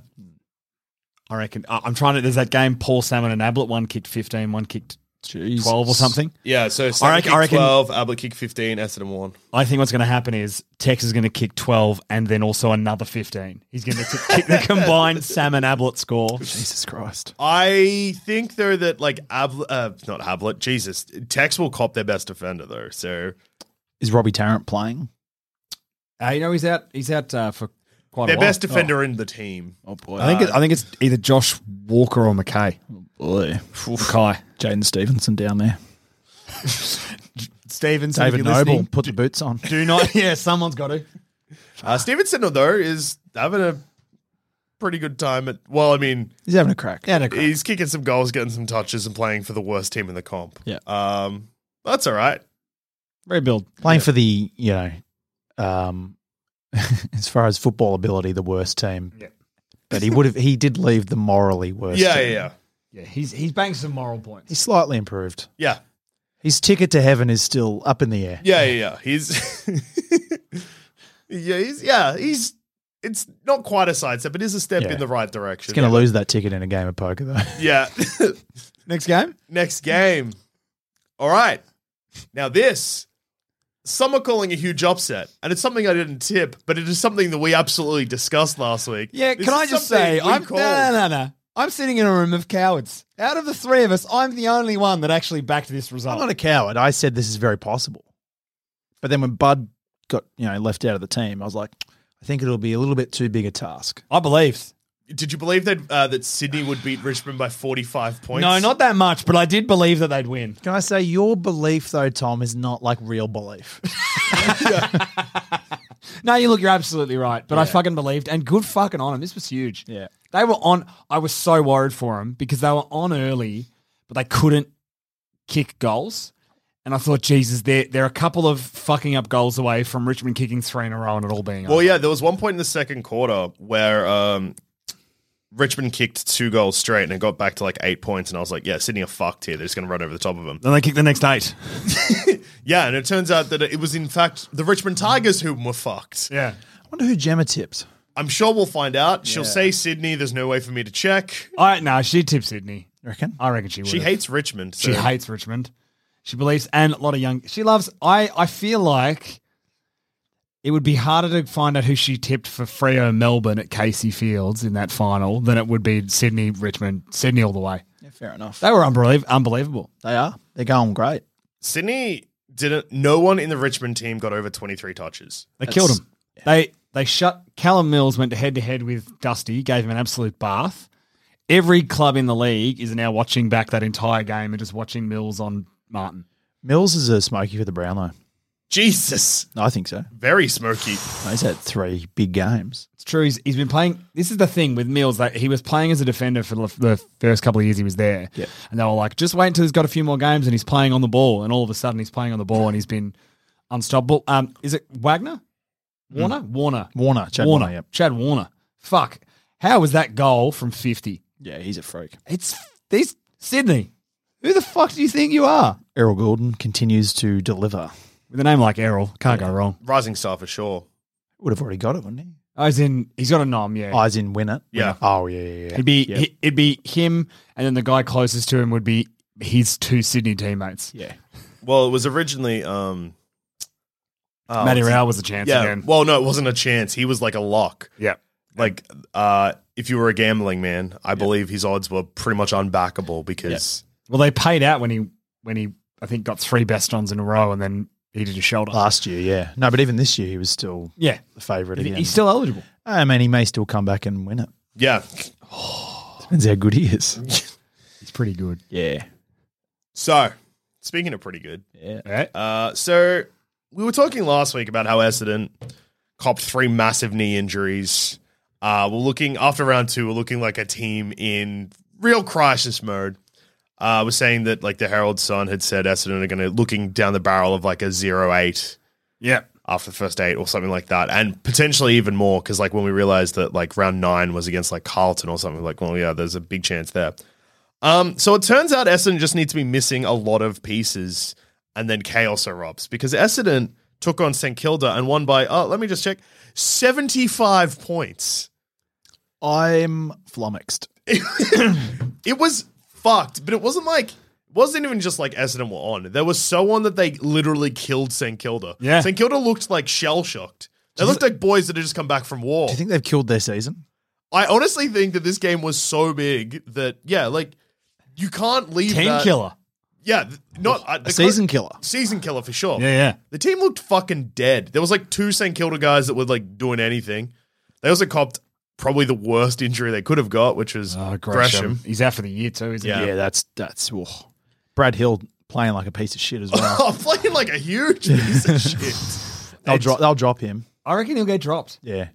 I reckon I- I'm trying to. There's that game. Paul Salmon and Ablett. One kicked 15. One kicked 12 or something.
Yeah, so
I
Sam
reckon- I
kicked
reckon-
12, Ablett kicked 15, Essendon won.
I think what's going to happen is Tex is going to kick 12 and then also another 15. He's going to kick the combined Salmon Ablett score.
Jesus Christ.
I think though that like Ab- uh, not Hablet, Jesus, Tex will cop their best defender though. So
Is Robbie Tarrant playing?
Uh, you know he's out. He's out uh, for quite
their
a while.
best defender in the team.
Oh boy.
I think. It, I think it's either Josh Walker or McKay.
boy.
McKay.
Jaden Stevenson down there.
Stevens.
David Noble put the boots on.
Do not. Yeah, someone's got to.
Uh, Stevenson though is having a pretty good time at. Well, I mean,
He's having a crack.
Yeah, no, crap.
he's kicking some goals, getting some touches, and playing for the worst team in the comp.
Yeah.
um, that's all right.
rebuild.
Playing for the, you know, um, as far as football ability, the worst team.
Yeah.
But he would have he did leave the morally worst.
Yeah,
team.
yeah, yeah,
Yeah, he's he's banged some moral points.
He's slightly improved.
yeah,
His ticket to heaven is still up in the air.
yeah, yeah. yeah. He's yeah, he's yeah, he's. It's not quite a sidestep, but it is a step
Yeah.
in the right direction.
He's going to lose that ticket in a game of poker, though.
Yeah.
Next game.
Next game. All right. Now this, some are calling a huge upset, and it's something I didn't tip, but it is something that we absolutely discussed last week.
Yeah,
This
can
is
I just
something
say,
we
I'm no,
called.
no, no, no. I'm sitting in a room of cowards. Out of the three of us, I'm the only one that actually backed this result.
I'm not a coward. I said this is very possible. But then when Bud got, you know, left out of the team, I was like, I think it'll be a little bit too big a task.
I believed.
Did you believe that uh, that Sydney would beat Richmond by 45 points?
No, not that much, but I did believe that they'd win.
Can I say your belief though, Tom, is not like real belief?
No, you look, you're absolutely right, but I fucking believed, and good fucking on them. This was huge.
Yeah.
They were on. I was so worried for them because they were on early, but they couldn't kick goals. And I thought, Jesus, they're, they're a couple of fucking up goals away from Richmond kicking three in a row and it all being
Well,
over.
yeah, there was one point in the second quarter where um, Richmond kicked two goals straight and it got back to like eight points, and I was like, yeah, Sydney are fucked here. They're just going to run over the top of them.
Then they kick the next eight.
Yeah, and it turns out that it was in fact the Richmond Tigers who were fucked.
Yeah.
I wonder who Gemma tipped.
I'm sure we'll find out. She'll say Sydney. There's no way for me to check.
All right, no, she tipped Sydney.
You reckon?
I reckon she would.
She hates Richmond.
She
so-
hates Richmond. She believes, and a lot of young. She loves. I. I feel like it would be harder to find out who she tipped for Freo Melbourne at Casey Fields in that final than it would be Sydney Richmond Sydney all the way.
Yeah, fair enough.
They were unbelie- unbelievable.
They are. They're going great.
Sydney didn't. No one in the Richmond team got over 23 touches.
They killed him. They they shut Callum Mills went to head to head with Dusty, gave him an absolute bath. Every club in the league is now watching back that entire game and just watching Mills on Martin.
Mills is a smoky for the Brownlow.
Jesus,
I think so.
very smoky.
He's had three big games.
It's true. He's, he's been playing. This is the thing with Mills that he was playing as a defender for the the first couple of years he was there.
Yeah.
And they were like, just wait until he's got a few more games and he's playing on the ball. And all of a sudden he's playing on the ball and he's been unstoppable. Um, is it Wagner? Warner? Warner.
Hmm. Warner, Chad Warner. yep.
Chad Warner. Fuck. How was that goal from 50?
Yeah, he's a freak.
It's these Sydney. Who the fuck do you think you are?
Errol Goulden continues to deliver.
With a name like Errol, can't go wrong.
Rising star for sure.
Would have already got it, wouldn't he?
As in, he's got a nom, yeah.
Eyes in win it.
Yeah.
Oh yeah, yeah, yeah.
It'd be
yeah.
he- it'd be him, and then the guy closest to him would be his two Sydney teammates.
yeah.
Well, it was originally. um uh,
Matty
what's-
Rao was a chance
Yeah.
again.
Well, no, it wasn't a chance. He was like a lock.
yeah,
Like, uh, if you were a gambling man, I believe his odds were pretty much unbackable because
well, they paid out when he when he I think got three best ons in a row, and then he did a shoulder.
Last year, yeah. No, but even this year he was still
yeah,
the favourite
He-
again.
he's still eligible.
I mean, he may still come back and win it.
yeah,
Depends how good he is.
He's pretty good.
yeah.
So, speaking of pretty good,
Yeah.
uh, so we were talking last week about how Essendon copped three massive knee injuries. Uh, we're looking after round two. We're looking like a team in real crisis mode. Uh, we're saying that like the Herald Sun had said Essendon are going to looking down the barrel of like a zero eight
Yeah,
after the first eight or something like that, and potentially even more because like when we realized that like round nine was against like Carlton or something, like well yeah, there's a big chance there. Um, so it turns out Essendon just needs to be missing a lot of pieces, and then chaos erupts because Essendon took on St Kilda and won by oh let me just check seventy five points.
I'm flummoxed.
It was fucked, but it wasn't like. it Wasn't even just like Essendon were on. They were so on that they literally killed St Kilda.
Yeah.
St Kilda looked like shell shocked. They looked like boys that had just come back from war.
Do you think they've killed their season?
I honestly think that this game was so big that yeah, like you can't leave
team
that-
killer.
Yeah, th- not uh,
A
the-
season killer.
season killer for sure.
Yeah, yeah.
The team looked fucking dead. There was like two St Kilda guys that were like doing anything. They also copped probably the worst injury they could have got, which was
Oh,
Gresham.
Gresham. He's out for the year too, isn't
Yeah.
Yeah, that's that's whoa. Brad Hill playing like a piece of shit as well.
Oh, playing like a huge piece of shit.
they'll drop they'll drop him.
he? I reckon he'll get dropped.
Yeah.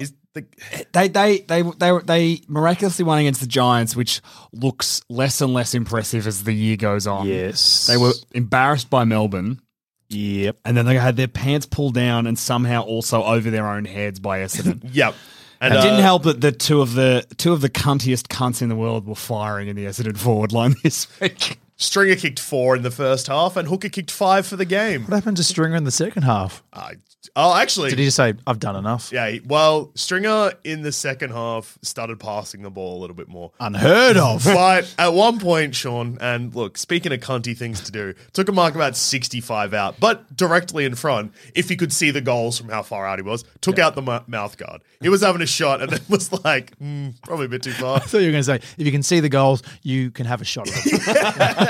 Is the,
They they they they were- they miraculously won against the Giants, which looks less and less impressive as the year goes on.
Yes.
They were embarrassed by Melbourne,
Yep.
and then they had their pants pulled down and somehow also over their own heads by Essendon.
yep. And
it
uh,
didn't help that the two of the two of the cuntiest cunts in the world were firing in the Essendon forward line this week.
Stringer kicked four in the first half, and Hooker kicked five for the game.
What happened to Stringer in the second half?
Uh, oh, actually,
Did he just say, I've done enough?
Yeah, he- well, Stringer in the second half started passing the ball a little bit more.
Unheard of.
But at one point, Sean, and look, speaking of cunty things to do, took a mark about 65 out, but directly in front, if he could see the goals from how far out he was, took out the mou- mouth guard. He was having a shot and then was like, "Hmm, probably a bit too far.
I thought you were going to say, if you can see the goals, you can have a shot at them.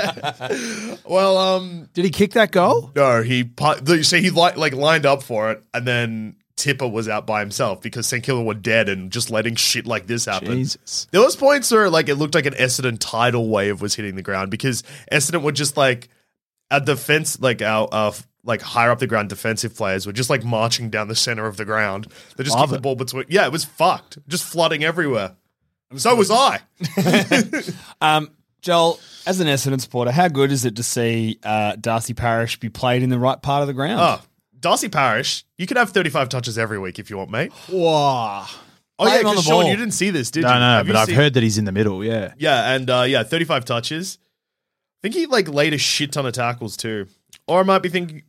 Well, um,
Did he kick that goal?
no, he, pu- you see, he li- like lined up for it and then Tipper was out by himself because St. Kilda were dead and just letting shit like this happen.
Jesus.
There was points where like it looked like an Essendon tidal wave was hitting the ground because Essendon were just like our defense, like our uh, f- like higher up the ground defensive players were just like marching down the center of the ground. They just
Love
kicked the
it.
ball between. Yeah, it was fucked, just flooding everywhere. So was I.
Um, Joel, as an Essendon supporter, how good is it to see uh, Darcy Parish be played in the right part of the
Ah,
ground?
Oh, Darcy Parish, you could have thirty-five touches every week if you want, mate.
Wow.
Oh yeah,
him on
because
the
Sean,
ball.
you didn't see this, did
No,
you?
no, no
Have
but
you
I've
seen-
heard that he's in the middle. Yeah.
Yeah, and uh, yeah, 35 touches. I think he like laid a shit ton of tackles too. Or I might be thinking,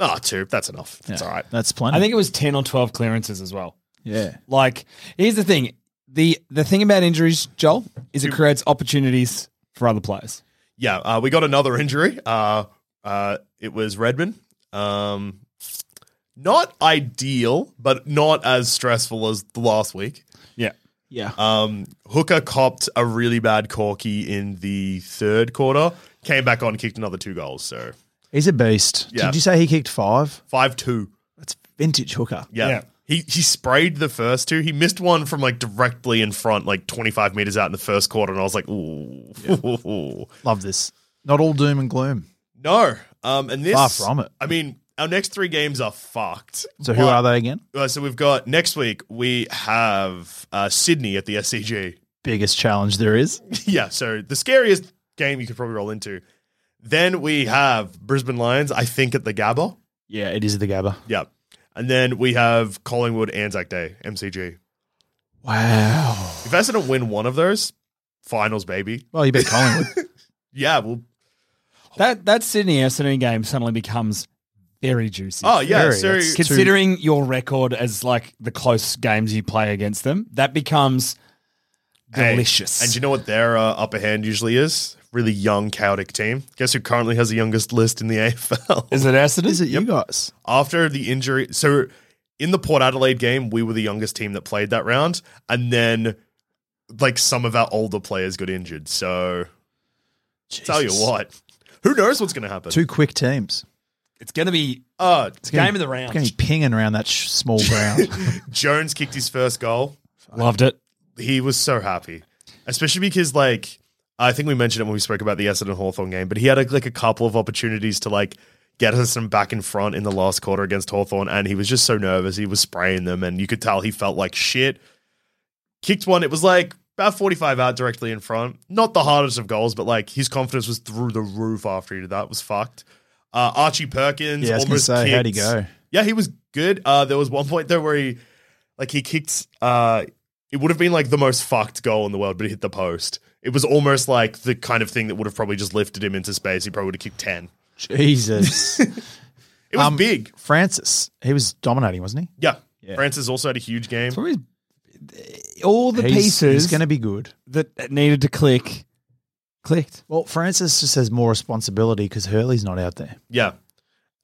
ah, two. That's enough. That's all right.
That's plenty.
I think it was 10 or 12 clearances as well.
Yeah.
Like, here's the thing. The the thing about injuries, Joel, is it creates opportunities for other players.
Yeah, uh, we got another injury. Uh, uh, it was Redmond. Um, not ideal, but not as stressful as the last week.
Yeah.
Yeah.
Um, Hooker copped a really bad corky in the third quarter. Came back on, kicked another two goals. So
He's a beast.
Yeah.
Did you say he kicked five?
five two.
That's vintage hooker.
Yeah.
Yeah.
He he sprayed the first two. He missed one from like directly in front, like 25 meters out in the first quarter, and I was like, ooh.
Love this. Not all doom and gloom.
no. Um, and this
Far from it.
I mean, our next three games are fucked.
So who are they again?
Uh, so we've got next week we have uh, Sydney at the SCG.
Biggest challenge there is.
yeah, so the scariest game you could probably roll into. Then we have Brisbane Lions, I think, at the Gabba.
Yeah, it is the Gabba.
Yeah. And then we have Collingwood Anzac Day, MCG.
Wow.
If Essendon don't win one of those, finals, baby.
Well, you bet Collingwood.
Yeah, well,
That that Sydney Essendon game suddenly becomes very juicy.
oh, yeah.
very-
So,
it's-
Considering your record as like the close games you play against them, that becomes
hey,
delicious.
and you know what their uh, upper hand usually is? Really young, chaotic team. Guess who currently has the youngest list in the AFL?
is it Essendon?
is it you guys?
after the injury. So in the Port Adelaide game, we were the youngest team that played that round, and then like some of our older players got injured. So tell you
Jesus.
what, who knows what's going to happen?
Two quick teams.
It's going to be
uh,
game of the round.
Going to be pinging around that sh- small ground.
Jones kicked his first goal.
Loved it.
He was so happy, especially because like I think we mentioned it when we spoke about the Essendon Hawthorn game, but he had like a couple of opportunities to like. Get Essendon back in front in the last quarter against Hawthorn, and he was just so nervous. He was spraying them, and you could tell he felt like shit. kicked one. It was like about 45 out directly in front. Not the hardest of goals, but like his confidence was through the roof after he did that. It was fucked. Uh, Archie Perkins
Yeah, I was gonna
almost
say, how'd he
kicked-
go?
Yeah, he was good. Uh, there was one point there where he, like, he kicked. Uh, it would have been like the most fucked goal in the world, but he hit the post. It was almost like the kind of thing that would have probably just lifted him into space. He probably would have kicked ten.
Jesus.
It was
Um,
big.
Francis. He was dominating, wasn't he?
Yeah. Francis also had a huge game.
Probably all the
He's-
pieces
He's going to be good.
that needed to click clicked.
Well, Francis just has more responsibility because Hurley's not out there.
Yeah.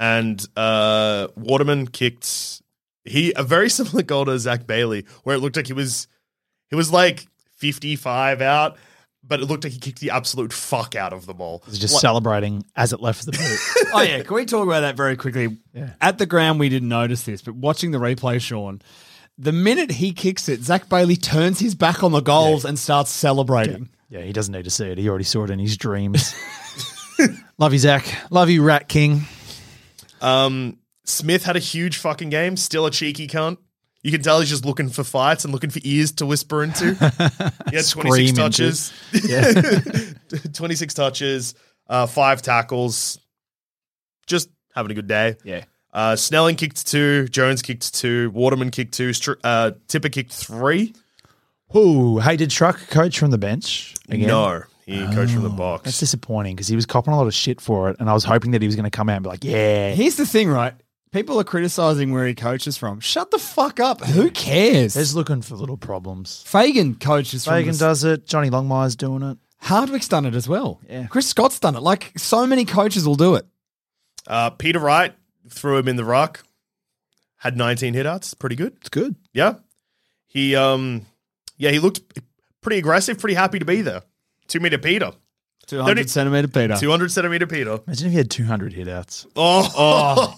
And uh, Waterman kicked he a very similar goal to Zach Bailey, where it looked like he was he was like fifty five out, but it looked like he kicked the absolute fuck out of the ball.
He's just
Like-
celebrating as it left the boot.
oh yeah, can we talk about that very quickly?
Yeah.
At the ground, we didn't notice this, but watching the replay, Sean, the minute he kicks it, Zach Bailey turns his back on the goals and starts celebrating.
yeah, he doesn't need to see it. He already saw it in his dreams. Love you, Zach. Love you, Rat King.
um, Smith had a huge fucking game, still a cheeky cunt. You can tell he's just looking for fights and looking for ears to whisper into. He had twenty six
Scream
touches. twenty six touches, uh, five tackles. Just having a good day.
Yeah.
Uh, Snelling kicked two. Jones kicked two. Waterman kicked two. Str- uh, Tipper kicked three.
Who? Hey, did Truck coach from the bench again? Oh,
No, he coached from the
That's
box.
disappointing because he was copping a lot of shit for it, and I was hoping that he was going to come out and be like, "Yeah,
Here's the thing, right? People are criticizing where he coaches from. Shut the fuck up. Who cares?
he's looking for little problems."
Fagan coaches from
Fagan
the-
does it. Johnny Longmire's doing it.
Hardwick's done it as well.
Yeah.
Chris Scott's done it. Like so many coaches will do it.
Uh, Peter Wright threw him in the ruck. Had 19 hitouts. Pretty good.
It's good.
Yeah. He um, yeah, he looked pretty aggressive. Pretty happy to be there. Two meter Peter.
Two
200
centimeter Peter.
Two hundred centimeter Peter.
e- Imagine if he had 200 hitouts.
Oh,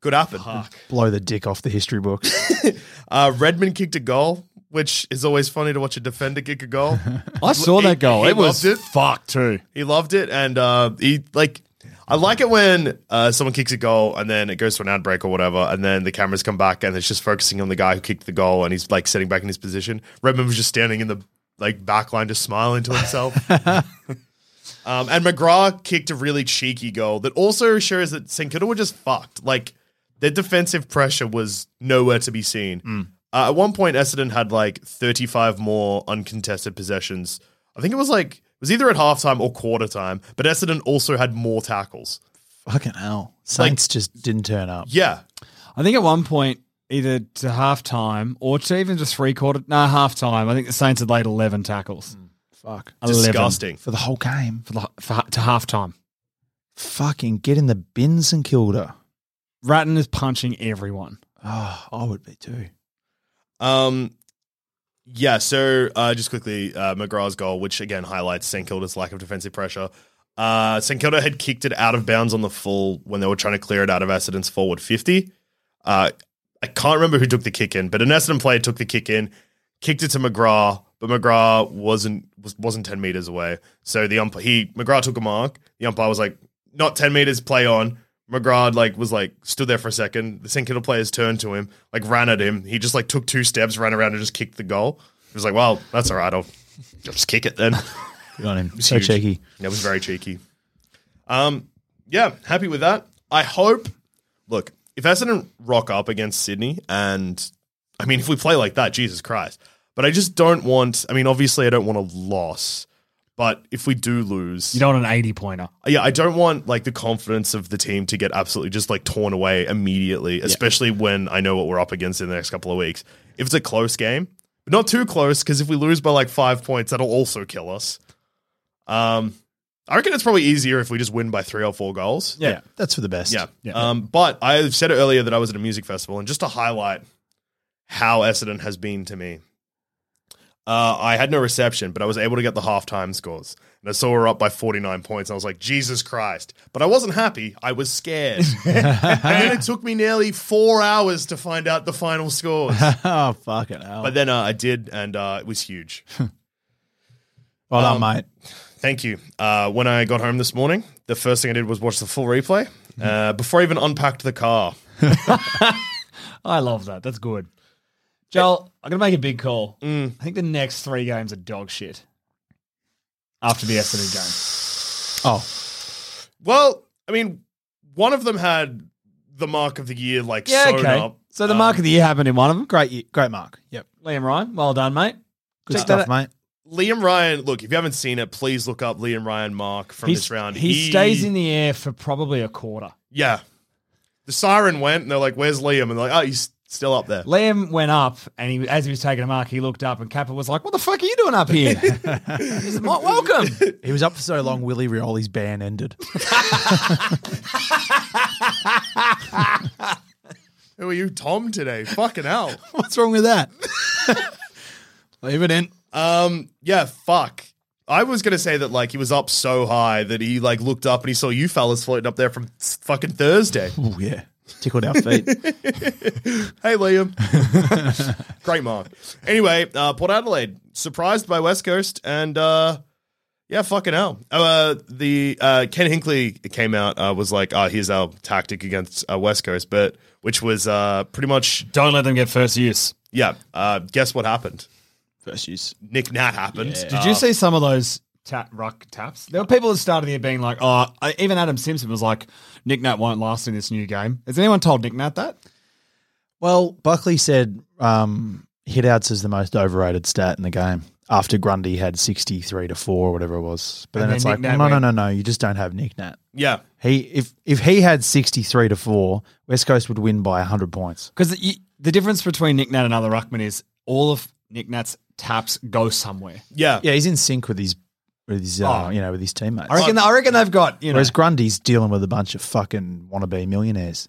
good happen.
Blow the dick off the history books.
Uh, Redmond kicked a goal, which is always funny to watch a defender kick a goal.
I saw
He-
that goal.
he
It was
loved it.
fuck too.
He loved it, and uh, he like. I like it when uh, someone kicks a goal and then it goes to an ad break or whatever, and then the cameras come back and it's just focusing on the guy who kicked the goal, and he's like sitting back in his position. Redmond was just standing in the like back line, just smiling to himself. um, and McGrath kicked a really cheeky goal that also shows that St Kilda were just fucked. Like their defensive pressure was nowhere to be seen. Uh, at one point, Essendon had like 35 more uncontested possessions. I think it was like it was either at halftime or quarter time, but Essendon also had more tackles.
Fucking hell. Saints just didn't turn up.
Yeah,
I think at one point, either to half time or to even just three quarter, no, half time, I think the Saints had laid 11 tackles.
Hmm.
Fuck.
11
disgusting.
For the whole game.
For the, for, to half time.
Fucking get in the bins and Kilda.
Ratton is punching everyone.
Oh, I would be too.
Um, yeah, so uh, just quickly, uh, McGrath's goal, which again highlights St Kilda's lack of defensive pressure. Uh, St Kilda had kicked it out of bounds on the full when they were trying to clear it out of Essendon's forward 50. Uh, I can't remember who took the kick in, but an Essendon player took the kick in, kicked it to McGrath, but McGrath wasn't was, wasn't 10 meters away. So the umpire, he McGrath took a mark. The umpire was like, not 10 meters, play on. McGrath like was like stood there for a second. The St Kilda players turned to him, like ran at him. He just like took two steps, ran around, and just kicked the goal. It was like, well, that's all right. I'll I'll just kick it then.
Good on him.
was
So
huge.
cheeky.
That was very cheeky. Um, yeah, happy with that. I hope. Look, if Essendon rock up against Sydney, and I mean, if we play like that, Jesus Christ. But I just don't want. I mean, obviously, I don't want a loss. But if we do lose,
You don't want an 80 pointer.
yeah, I don't want like the confidence of the team to get absolutely just like torn away immediately, especially when I know what we're up against in the next couple of weeks. If it's a close game, but not too close, because if we lose by like five points, that'll also kill us. Um, I reckon it's probably easier if we just win by three or four goals.
Yeah. That's for the best. Uh,
Yeah.
Yeah.
Um, but I said earlier that I was at a music festival, and just to highlight how Essendon has been to me, uh, I had no reception, but I was able to get the halftime scores. And I saw her up by 49 points. And I was like, Jesus Christ. But I wasn't happy. I was scared. and then it took me nearly four hours to find out the final scores.
oh, fucking hell.
But then uh, I did, and uh, it was huge.
well done, mate.
Thank you. Uh, when I got home this morning, the first thing I did was watch the full replay uh, before I even unpacked the car.
I love that. That's good. Joel, I'm going to make a big call.
Mm.
I think the next three games are dog shit after the Essendon game.
Oh,
Well, I mean, one of them had the mark of the year like sewn up. Um,
So the mark of the year happened in one of them.
great, ye- great mark. Yep.
Liam Ryan, well done, mate.
Good
Check
stuff,
that
mate.
Liam Ryan, look, if you haven't seen it, please look up Liam Ryan mark from
He's-
this round.
He, stays in the air for probably a quarter.
Yeah. The siren went and they're like, "Where's Liam?" And they're like, "Oh, he's still up there."
Liam went up, and he as he was taking a mark, he looked up, and Kappa was like, "What the fuck are you doing up here?" He's like, welcome.
He was up for so long, Willie Rioli's ban ended.
Who are you, Tom? Today, fucking hell.
What's wrong with that? Leave it in.
Um, yeah, fuck. I was gonna say that like he was up so high that he like looked up and he saw you fellas floating up there from fucking Thursday.
Oh, yeah. Tickled our feet.
Hey, Liam. Great mark. Anyway, uh, Port Adelaide surprised by West Coast and uh, yeah, fucking hell. Uh, the uh, Ken Hinkley came out uh, was like, "Oh, here's our tactic against uh, West Coast," but which was uh, pretty much
Don't let them get first use.
yeah. Uh, guess what happened?
First use.
Nick Nat happened.
Did you see some of those tap, ruck Uh, taps? There were people that started here being like, "Oh," I, even Adam Simpson was like, "Nick Nat won't last in this new game." Has anyone told Nick Nat that?
Well, Buckley said um, hitouts is the most overrated stat in the game. After Grundy had sixty-three to four or whatever it was, but
And
then,
then
it's
Nick
like,
Nat
no, no,
went-
no, no, you just don't have Nick Nat.
Yeah,
He if if he had sixty-three to four, West Coast would win by hundred points.
Because the, the difference between Nick Nat and other ruckman is all of Nick Nat's taps go somewhere.
yeah,
Yeah, he's in sync with his with his uh,
Oh.
you know with his teammates.
I reckon. I reckon they've got you know.
Whereas Grundy's dealing with a bunch of fucking wannabe millionaires,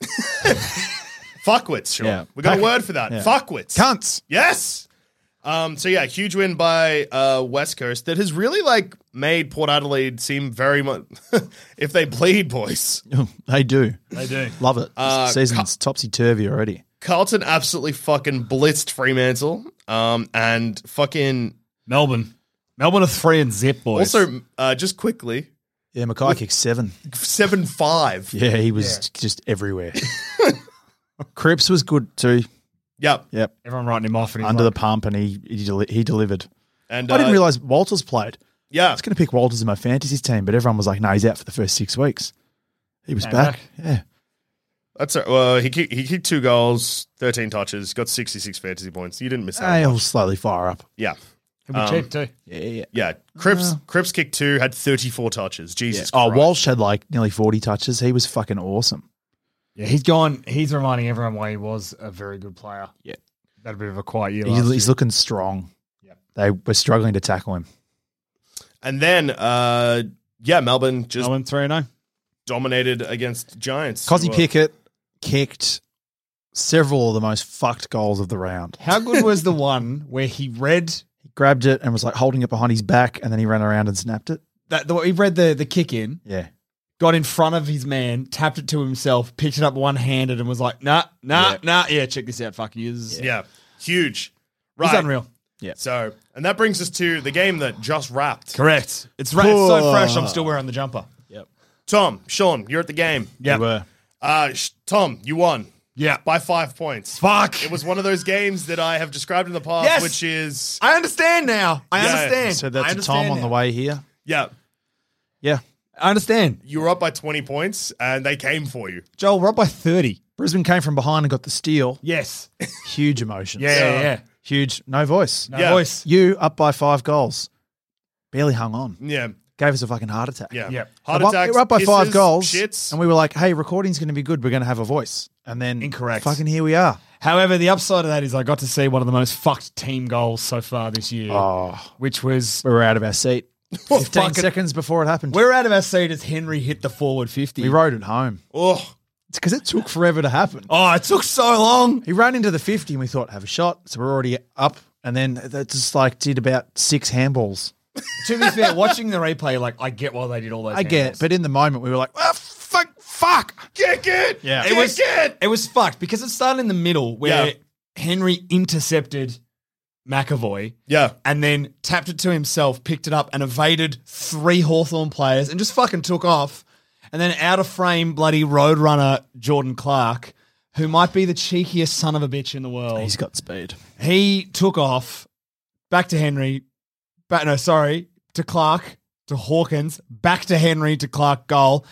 Fuckwits. Sure,
Yeah.
we got a word for that. Fuckwits.
cunts.
Yes. Um, so yeah, huge win by uh, West Coast that has really like made Port Adelaide seem very much if they bleed, boys.
they do
They do.
love it.
Uh,
Season's topsy turvy already.
Carlton absolutely fucking blitzed Fremantle. Um, and fucking
Melbourne. Melbourne are three and zip boys.
also uh, just quickly
Yeah, Mackay kicked seven.
seven five.
Yeah, he was just everywhere. Cripps was good too.
Yep.
Yep,
everyone writing him off and he's
under
like,
the pump, and he he, deli- he delivered.
And
I didn't
uh,
realize Walters played. I
Yeah.
was going to pick Walters in my fantasy team, but everyone was like, "No, he's out for the first six weeks." He was back.
back.
Yeah,
That's all right. well, he kicked, he kicked two goals, thirteen touches, got sixty six fantasy points. You didn't miss out.
He'll slowly fire up.
Yeah,
He'll be cheap too. Yeah, yeah.
yeah. Cripps Cripps kicked two, had thirty four touches. Jesus.
Oh,
Christ.
Walsh had like nearly 40 touches. He was fucking awesome.
Yeah, he's gone. He's reminding everyone why he was a very good player.
Yeah.
That a bit of a quiet year.
He's,
last
he's
year.
looking strong. They were struggling to tackle him.
And then, uh, yeah, Melbourne just
Melbourne three and
dominated against Giants.
Cosy
who, uh,
Pickett kicked several of the most fucked goals of the round.
How good was the one where he read
He grabbed it and was like holding it behind his back, and then he ran around and snapped it.
that? The, he read the the kick in,
Yeah,
got in front of his man, tapped it to himself, picked it up one handed, and was like, "Nah, nah, nah, yeah, check this out, fuck yous." Yeah.
Yeah, huge.
He's
Right.
unreal.
So, and that brings us to the game that just wrapped.
Correct. It's, ra- it's so fresh. I'm still wearing the jumper. Yep.
Tom, Sean, you're at the game.
Yeah.
Uh, sh- Tom, you won.
Yeah.
By five points.
Fuck.
It was one of those games that I have described in the past,
Yes.
which is
I understand now. I
Yeah.
understand.
So
I
that's a
understand
Tom on
now.
the way here.
yeah,
Yeah,
I understand.
you were up by twenty points and they came for you.
Joel, we're up by thirty.
Brisbane came from behind and got the steal.
Yes.
Huge emotions.
Yeah. Yeah. yeah.
huge. No voice.
No
Yeah.
voice.
You up by five goals. Barely hung on.
Yeah,
Gave us a fucking heart attack.
yeah,
Yep.
Heart
We're up-
attacks.
We're up by five
pisses,
goals.
Shits.
And we were like, hey, recording's going to be good. We're going to have a voice. And then
Incorrect.
Fucking here we are.
However, the upside of that is I got to see one of the most fucked team goals so far this year,
Oh,
which was
we were out of our seat. 15
fucking-
seconds before it happened.
we're out of our seat as Henry hit the forward 50.
we rode it home.
oh,
It's because it took forever to happen.
oh, it took so long.
He ran into the 50 and we thought, have a shot. So we're already up. And then that just like did about six handballs.
to be fair, watching the replay, like, I get why they did all those. Ah,
I get it.
handballs.
But in the moment, we were like, oh, fuck, fuck.
kick it.
Yeah.
kick
it was
it.
it was fucked because it started in the middle where
Yeah.
Henry intercepted McAvoy
Yeah,
and then tapped it to himself, picked it up, and evaded three Hawthorn players and just fucking took off. And then out of frame, bloody roadrunner Jordan Clark, who might be the cheekiest son of a bitch in the world.
He's got speed.
He took off back to Henry, back no, sorry, to Clark, to Hawkins, back to Henry, to Clark goal.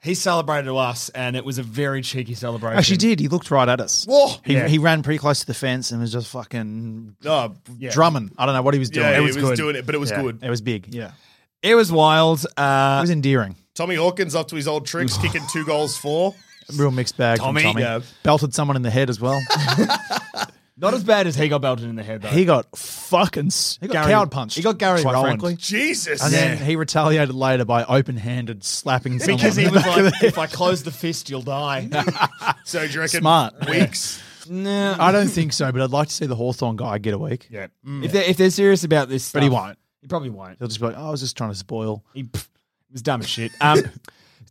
He celebrated to us, and it was a very cheeky celebration.
Actually, did. He looked right at us.
Whoa.
He,
Yeah.
he ran pretty close to the fence and was just fucking
no, yeah,
drumming. I don't know what he was doing.
he
it
was,
was, good.
doing it, but it was
Yeah,
good.
It was big. Yeah.
It was wild.
It
Uh,
was endearing.
Tommy Hawkins up to his old tricks, kicking two goals for.
Real mixed bag.
Tommy,
Tommy, Tommy.
yeah.
belted someone in the head as well.
not as bad as he got belted in the head though.
he got fucking s- he got
Gary-
cowed punched.
he got Gary
quite
Rowland.
Jesus.
And then he retaliated later by open-handed slapping someone.
because he
in the
was
back of
like, "If I close the fist, you'll die."
so do you reckon
Smart.
weeks?
the- I don't think so, but I'd like to see the Hawthorn guy get a week.
yeah. If they're if they're serious about this,
Mm. But he
stuff-
won't.
He probably won't.
He'll just be like, oh, I was just trying to spoil,
He pff, it was dumb as shit. Um,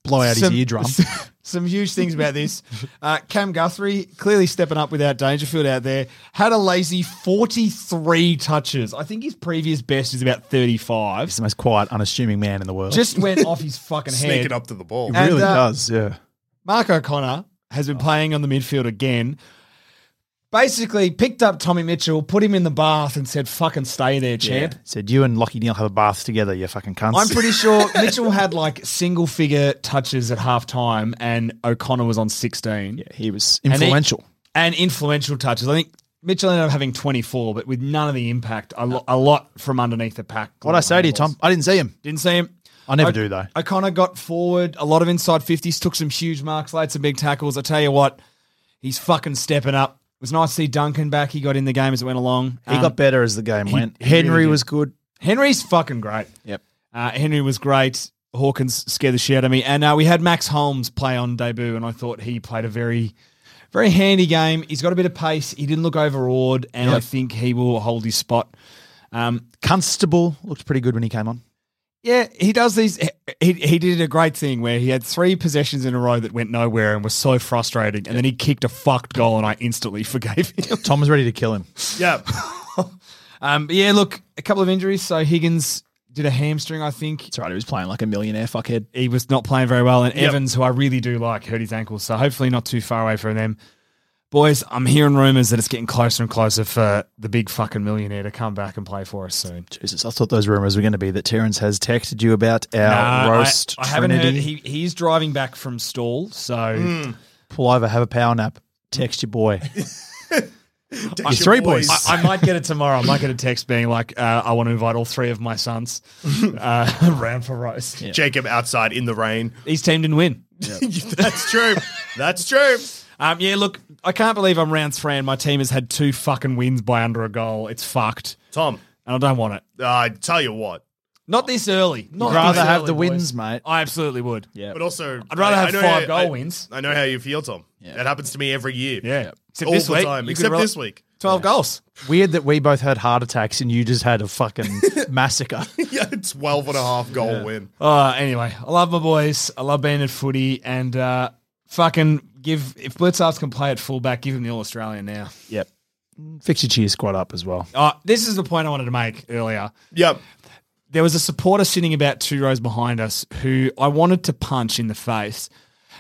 blow out
some-
his eardrum.
Some huge things about this. Uh, Cam Guthrie clearly stepping up without Dangerfield out there. Had a lazy 43 touches. I think his previous best is about 35.
He's the most quiet, unassuming man in the world.
Just went off his fucking
Sneaking
head.
up to the ball.
he really
and, uh,
does, yeah.
Mark O'Connor has
Oh.
been playing on the midfield again. Basically picked up Tommy Mitchell, put him in the bath, and said, "Fucking stay there, champ."
Said, you and Lockie Neal have a bath together, you fucking cunts.
I'm pretty sure Mitchell had like single figure touches at half time, and O'Connor was on 16.
yeah, he was
he-
influential.
and influential touches. I think Mitchell ended up having 24, but with none of the impact, a, lo- a lot from underneath the pack.
What I say to you, Tom, I didn't see him.
Didn't see him.
I never
O-
do, though.
O'Connor got forward, a lot of inside 50s, took some huge marks, laid some big tackles. I tell you what, he's fucking stepping up. It was nice to see Duncan back. He got in the game as it went along.
He
Um,
got better as the game went. Henry
really did.
was good.
Henry's fucking great.
Yep.
Uh, Henry was great. Hawkins scared the shit out of me. And uh, we had Max Holmes play on debut, and I thought he played a very, very handy game. He's got a bit of pace. He didn't look overawed, and I
Yep.
think he will hold his spot. Um,
Constable looked pretty good when he came on.
yeah, he does these. He, he did a great thing where he had three possessions in a row that went nowhere and was so frustrating. And then he kicked a fucked goal, and I instantly forgave him.
Tom was ready to kill him.
Yeah.
Um, but yeah, look, a couple of injuries. So Higgins did a hamstring, I think.
That's right. He was playing like a millionaire fuckhead.
he was not playing very well. And
Yep.
Evans, who I really do like, hurt his ankle. So hopefully not too far away from them. Boys, I'm hearing rumours that it's getting closer and closer for the big fucking millionaire to come back and play for us soon.
Jesus, I thought those rumors were going to be that Terrence has texted you about
Nah,
our
Uh, I-
roast
I, haven't
trinity. Mm.
heard. He, he's driving back from stall, so
pull over, have a power nap, text your boy.
Text
I'm
your
three boys.
boys.
I, I might get it tomorrow. I might get a text being like, uh, "I want to invite all three of my sons uh, round for roast."
Jacob outside in the rain.
His team didn't win.
That's true. That's true.
Um, yeah, look, I can't believe I'm round three and my team has had two fucking wins by under a goal. It's fucked,
Tom,
and I don't want it.
I tell you what,
Not this early. Not
I'd rather
this
have
early,
the
boys.
wins, mate.
I absolutely would.
Yeah.
but also
I'd rather
I- I
have
know
five
how-
goal
I-
wins.
I know how you feel, Tom. That happens to me every year.
Yeah. Except
all
this
the
week,
time.
you could
Except
rel-
this week.
Twelve goals.
Weird that we both had heart attacks and you just had a fucking massacre.
yeah, 12 and a half goal win.
Uh, anyway, I love my boys. I love being at footy and uh, fucking give. If Blitzarves can play at fullback, give him the All Australian now.
Yep. Mm, Fix your cheer squad up as well.
Uh, this is the point I wanted to make earlier.
Yep.
There was a supporter sitting about two rows behind us who I wanted to punch in the face.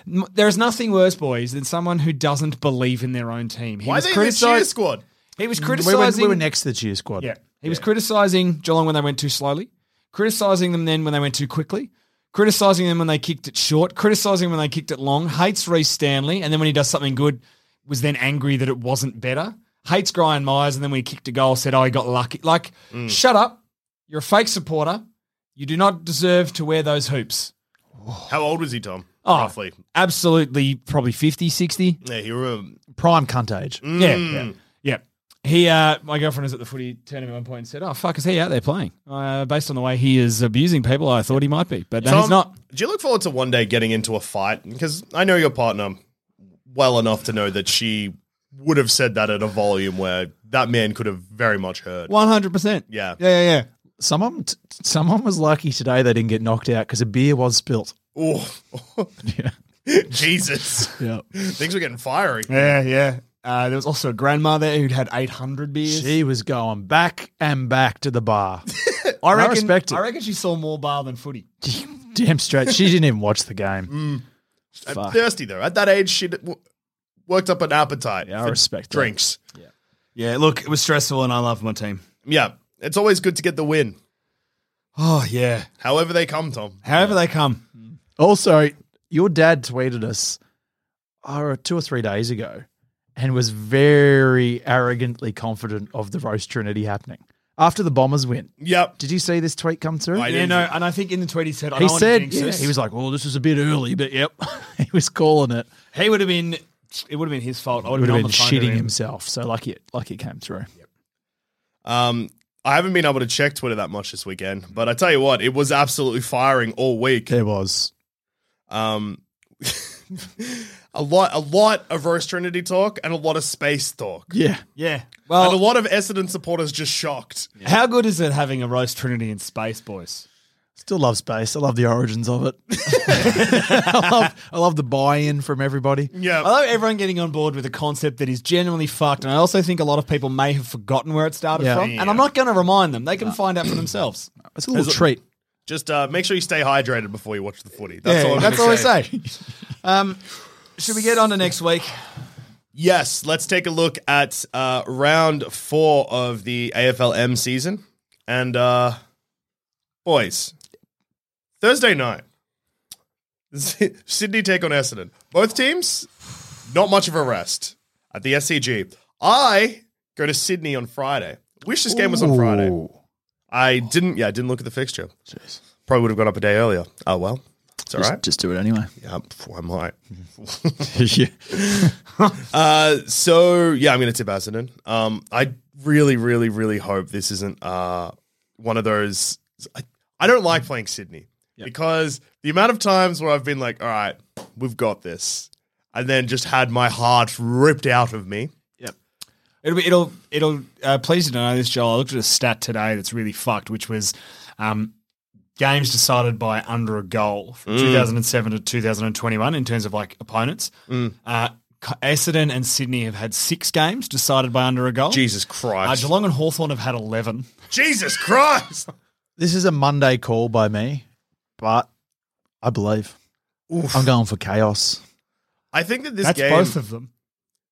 M- There is nothing worse, boys, than someone who doesn't believe in their own team. He
Why are
was
they in the cheer
criticized.
squad?
He was
We were,
criticizing.
we were next to the cheer squad.
Yeah. He was criticizing Geelong when they went too slowly, criticizing them then when they went too quickly, criticizing them when they kicked it short, criticizing when they kicked it long, hates Reece Stanley, and then when he does something good, was then angry that it wasn't better, hates Brian Myers, and then when he kicked a goal, said, Oh, he got lucky. Like, shut up. You're a fake supporter. You do not deserve to wear those hoops.
How old was he, Tom?
Oh.
Roughly.
Absolutely, probably 50, 60.
Yeah, he were, um,
Prime cunt age.
Mm.
Yeah, yeah, yeah. He, uh, my girlfriend was at the footy tournament at one point and said, "Oh fuck, is he out there playing?" Uh, based on the way he is abusing people, I thought he might be, but no,
Tom,
he's not.
Um, Do you look forward to one day getting into a fight? Because I know your partner well enough to know that she would have said that at a volume where that man could have very much heard.
One hundred percent.
Yeah.
yeah, yeah.
Someone, t- someone was lucky today they didn't get knocked out because a beer was spilt.
Oh, Jesus.
Yeah.
Things were getting fiery.
Yeah, yeah. yeah. Uh, there was also a grandma there who'd had eight hundred beers.
She was going back and back to the bar.
I
I
reckon.
respect it.
I reckon she saw more bar than footy.
Damn straight. She didn't even watch the
Mm.
game.
I'm
Fuck.
thirsty, though. At that age, she w- worked up an appetite
Yeah, I
for
respect that.
drinks.
Yeah, look, it was stressful, and I love my team.
Yeah. It's always good to get the win,
Oh yeah.
however they come, Tom.
However they come.
Also, your dad tweeted us uh, two or three days ago and was very arrogantly confident of the roast trinity happening after the Bombers win.
Yep.
Did you see this tweet come through?
I
Yeah,
didn't-
no, and I think in the tweet he said, I
he
don't
said
want to jinx
yeah,
this.
he was like, "Oh, this is a bit early, but yep." he was calling it.
he would have been. It would have been his fault. I would
Would
have
have
been, on
been
the phone to
shitting
him.
himself. So lucky, it, lucky it came through.
Um, I haven't been able to check Twitter that much this weekend, but I tell you what, it was absolutely firing all week.
There was.
Um, a lot, a lot of Rose Trinity talk and a lot of space talk,
Yeah.
Yeah.
and a
Well,
lot of Essendon supporters just shocked.
how good is it having a roast trinity in space, boys?
Still love space. I love the origins of it. I, love, I love the buy-in from everybody.
Yeah,
I love everyone getting on board with a concept that is genuinely fucked, and I also think a lot of people may have forgotten where it started
Yeah.
from. And I'm not going to remind them; they can find out for themselves.
It's a little treat.
just uh, make sure you stay hydrated before you watch the footy.
That's,
That's all.
all,
I'm
that's
gonna
all I say. Um, should we get on to next week?
Yes, let's take a look at uh, round four of the AFLM season, and uh, boys, Thursday night, Sydney take on Essendon. Both teams, not much of a rest at the SCG. I go to Sydney on Friday. Wish this game was on Friday.
Ooh.
I didn't. Yeah, I didn't look at the fixture. Probably would have gone up a day earlier. Oh well, it's all right.
Just, just do it anyway.
Yeah, I might. Uh, so yeah, I'm going to tip Essendon. Um, I really, really, really hope this isn't uh one of those. I, I don't like playing Sydney because the amount of times where I've been like, "All right, we've got this," and then just had my heart ripped out of me.
It'll be, it'll it'll uh, please you to know this, Joel. I looked at a stat today that's really fucked, which was um, games decided by under a goal
Mm.
from 2007 to 2021 in terms of like opponents.
Mm.
Uh, Essendon and Sydney have had six games decided by under a goal.
Jesus
Uh,
Christ!
Geelong and Hawthorn have had 11.
Jesus Christ!
This is a Monday call by me, but I believe I'm going for chaos.
I think that this
That's
game.
both of them.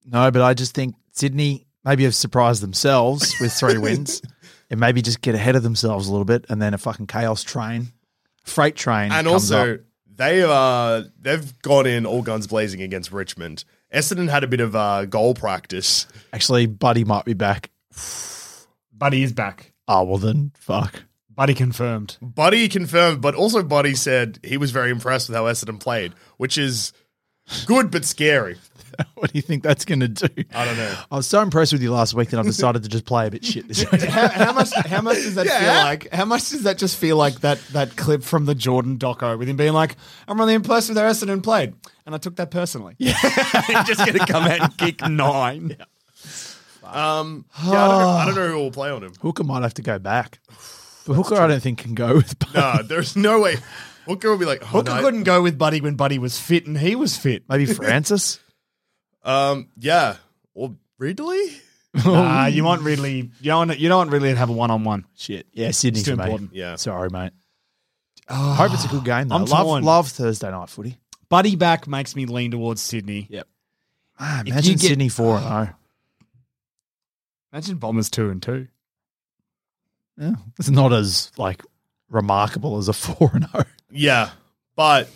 No, but I just think Sydney maybe have surprised themselves with three wins and maybe just get ahead of themselves a little bit and then a fucking chaos train, freight train.
and
comes
also,
up.
they uh they've gone in all guns blazing against Richmond. Essendon had a bit of uh, goal practice.
Actually, Buddy might be back.
Buddy is back.
Oh, well then, fuck.
Buddy confirmed.
Buddy confirmed, but also Buddy said he was very impressed with how Essendon played, which is good but scary.
what do you think that's going to do?
I don't know.
I was so impressed with you last week that I've decided to just play a bit shit this week.
How, how much? How much does that feel like? How much does that just feel like that that clip from the Jordan doco with him being like, "I'm really impressed with how Essendon played," and I took that personally. Yeah, just gonna come out and kick nine.
Um, yeah, I, don't know I don't know who will play on him.
Hooker might have to go back. But Hooker, I don't think, can go with Buddy.
Uh, there's no way. Hooker will be like, oh,
Hooker
no.
couldn't go with Buddy when Buddy was fit and he was fit.
Maybe Francis?
Um, yeah, or Ridley.
Nah, you want Ridley? You don't want, you don't want Ridley to have a one on one.
shit. Yeah, Sydney's
It's too
for me.
important.
Yeah.
Sorry, mate.
Ah.
I hope it's a good game, though.
I'm
love,
torn.
love Thursday night footy.
Buddy back makes me lean towards Sydney.
Yep. Ah, imagine
you get-
Sydney oh. 4 0.
Imagine Bombers two and two.
Yeah. It's not as, like, remarkable as a oh. 4 0.
Yeah, but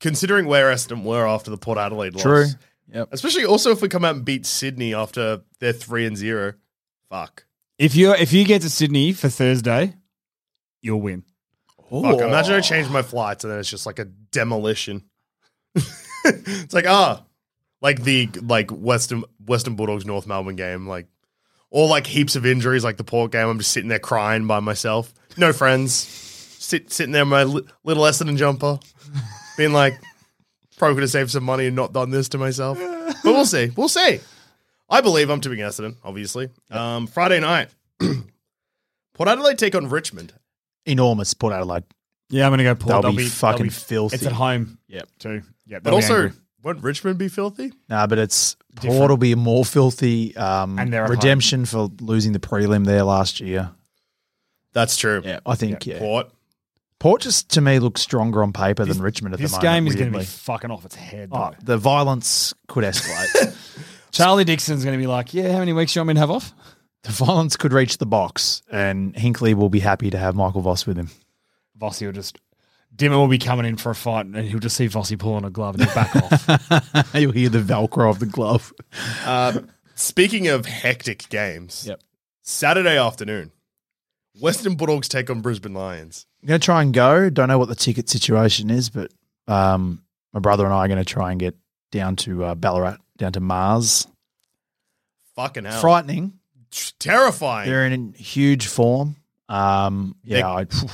considering where Eston were after the Port Adelaide loss,
True. Yep.
Especially also if we come out and beat Sydney after they're three and zero, fuck.
If you if you get to Sydney for Thursday, you'll win.
Fuck, imagine I change my flights and then it's just like a demolition. it's like ah, like the like Western Western Bulldogs North Melbourne game, like all like heaps of injuries, like the Port game. I'm just sitting there crying by myself, no friends, sit sitting there in my li- little Essendon jumper, being like, probably could have saved some money and not done this to myself. But we'll see, we'll see. I believe I'm tipping Essendon, obviously. Um, Friday night, Port Adelaide take on Richmond.
Enormous Port Adelaide.
Yeah, I'm gonna go Port.
They'll, be, fucking
they'll be-
filthy.
It's at home. Yep. Too. Yep.
But also, won't Richmond be filthy?
Nah, but it's Port will be more filthy. Um,
And they're at
redemption for losing the prelim there last year.
That's true.
I think. Yeah. Port.
Port.
just to me looks stronger on paper than Richmond at
this
the moment.
game is going to be
weirdly.
fucking off its head.
Oh,
though.
the violence could escalate.
Charlie Dixon's going to be like, yeah, how many weeks do you want me to have off?
the violence could reach the box, and Hinkley will be happy to have Michael Voss with him.
Vossi will just. Dimmer will be coming in for a fight, and he'll just see Vossi pull on a glove and he'll back off.
You'll hear the Velcro of the glove.
Uh, speaking of hectic games,
Yep.
Saturday afternoon, Western Bulldogs take on Brisbane Lions.
I'm going to try and go. Don't know what the ticket situation is, but um, my brother and I are going to try and get down to uh, Ballarat, down to Mars.
Fucking hell.
Frightening.
T- Terrifying. They're,
They're in huge form. Um,
They-
yeah, I, phew.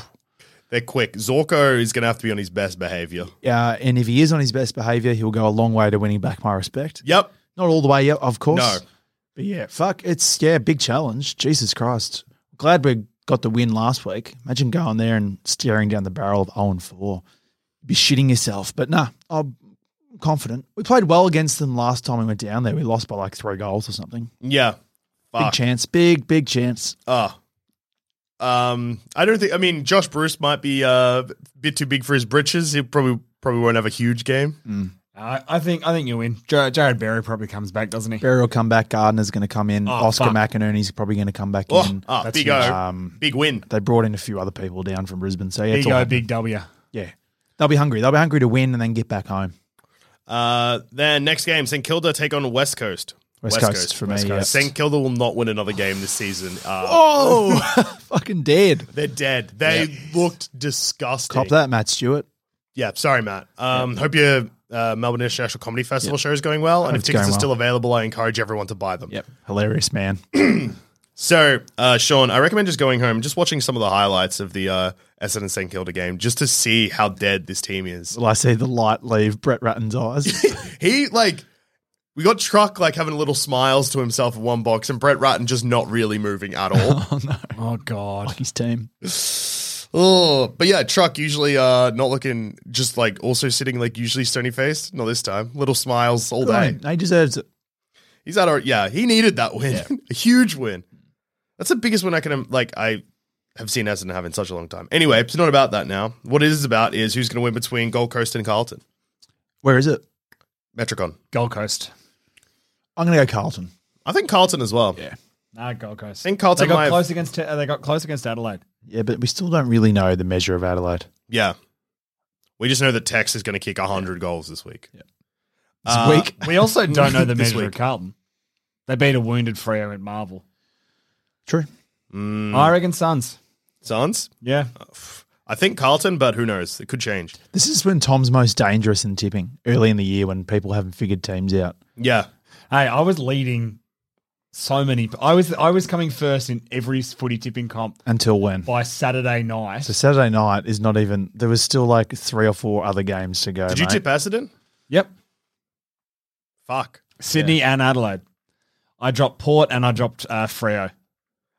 quick. Zorko is going to have to be on his best behavior.
uh, and if he is on his best behavior, he'll go a long way to winning back my respect.
Yep.
Not all the way yet, of course.
No.
but yeah, fuck, it's yeah, big challenge. Jesus Christ, glad we got the win last week. Imagine going there and staring down the barrel of zero and four, You'd be shitting yourself. But nah, I'm confident. We played well against them last time we went down there. We lost by like three goals or something.
Yeah.
Big
Fuck.
chance, big big chance.
Ah. um, I don't think. I mean, Josh Bruce might be uh, a bit too big for his britches. He probably probably won't have a huge game.
Hmm.
I Uh, I think I think you'll win. Jar- Jared Berry probably comes back, doesn't he?
Barry will come back. Gardner's going to come in.
Oh,
Oscar
fuck.
McInerney's probably going to come back
Oh,
in.
ah,
That's
big
huge.
O,
Um,
big win.
they brought in a few other people down from Brisbane. So yeah, it's
Big
all
O,
happening.
big W.
yeah, they'll be hungry. They'll be hungry to win and then get back home.
Uh, then next game, St Kilda take on West Coast.
West Coast for me, yeah.
St Kilda will not win another game this season. Uh,
Oh, fucking dead.
They're dead. They looked disgusting.
Cop that, Matt Stewart.
Yeah, sorry, Matt. Um, Hope your uh, Melbourne International Comedy Festival show is going well. And if
it's
tickets
going
are
well.
still available, I encourage everyone to buy them.
Hilarious man.
So, uh, Sean, I recommend just going home, and just watching some of the highlights of the uh, Essendon St Kilda game, just to see how dead this team is.
Will I see the light leave Brett Ratton's eyes?
He like. We got Truck like having little smiles to himself in one box, and Brett Ratton just not really moving at all.
oh no.
Oh God.
Fuck his team.
Oh, but yeah, truck usually uh not looking just like also sitting like usually stony faced. Not this time. Little smiles all
Good on
day.
him. He deserves it.
He's out. of Yeah, he needed that win. a huge win. That's the biggest win I can um, like. I have seen Essendon have in such a long time. Anyway, it's not about that now. What it is about is who's going to win between Gold Coast and Carlton.
Where is it?
Metricon.
Gold Coast.
I'm going to go Carlton.
I think Carlton as well.
Yeah.
Nah, Gold Coast.
I think Carlton
they got
might have-
close against. Te- uh, they got close against Adelaide.
Yeah, but we still don't really know the measure of Adelaide.
Yeah. We just know that Tex is going to kick 100 goals this week.
This
Uh,
week.
We also don't know the
This
measure of
week.
Carlton.
They beat a wounded Freo at Marvel.
True.
Mm.
I reckon Suns.
Suns?
Yeah.
I think Carlton, but who knows? It could change.
This is when Tom's most dangerous in tipping early in the year when people haven't figured teams out.
Yeah.
Hey, I was leading so many. I was I was coming first in every footy tipping comp
Until when?
by Saturday night.
So Saturday night is not even. There was still like three or four other games to go.
Did you
mate.
tip Essendon?
yep.
Fuck.
Sydney and Adelaide. I dropped Port and I dropped uh, Freo.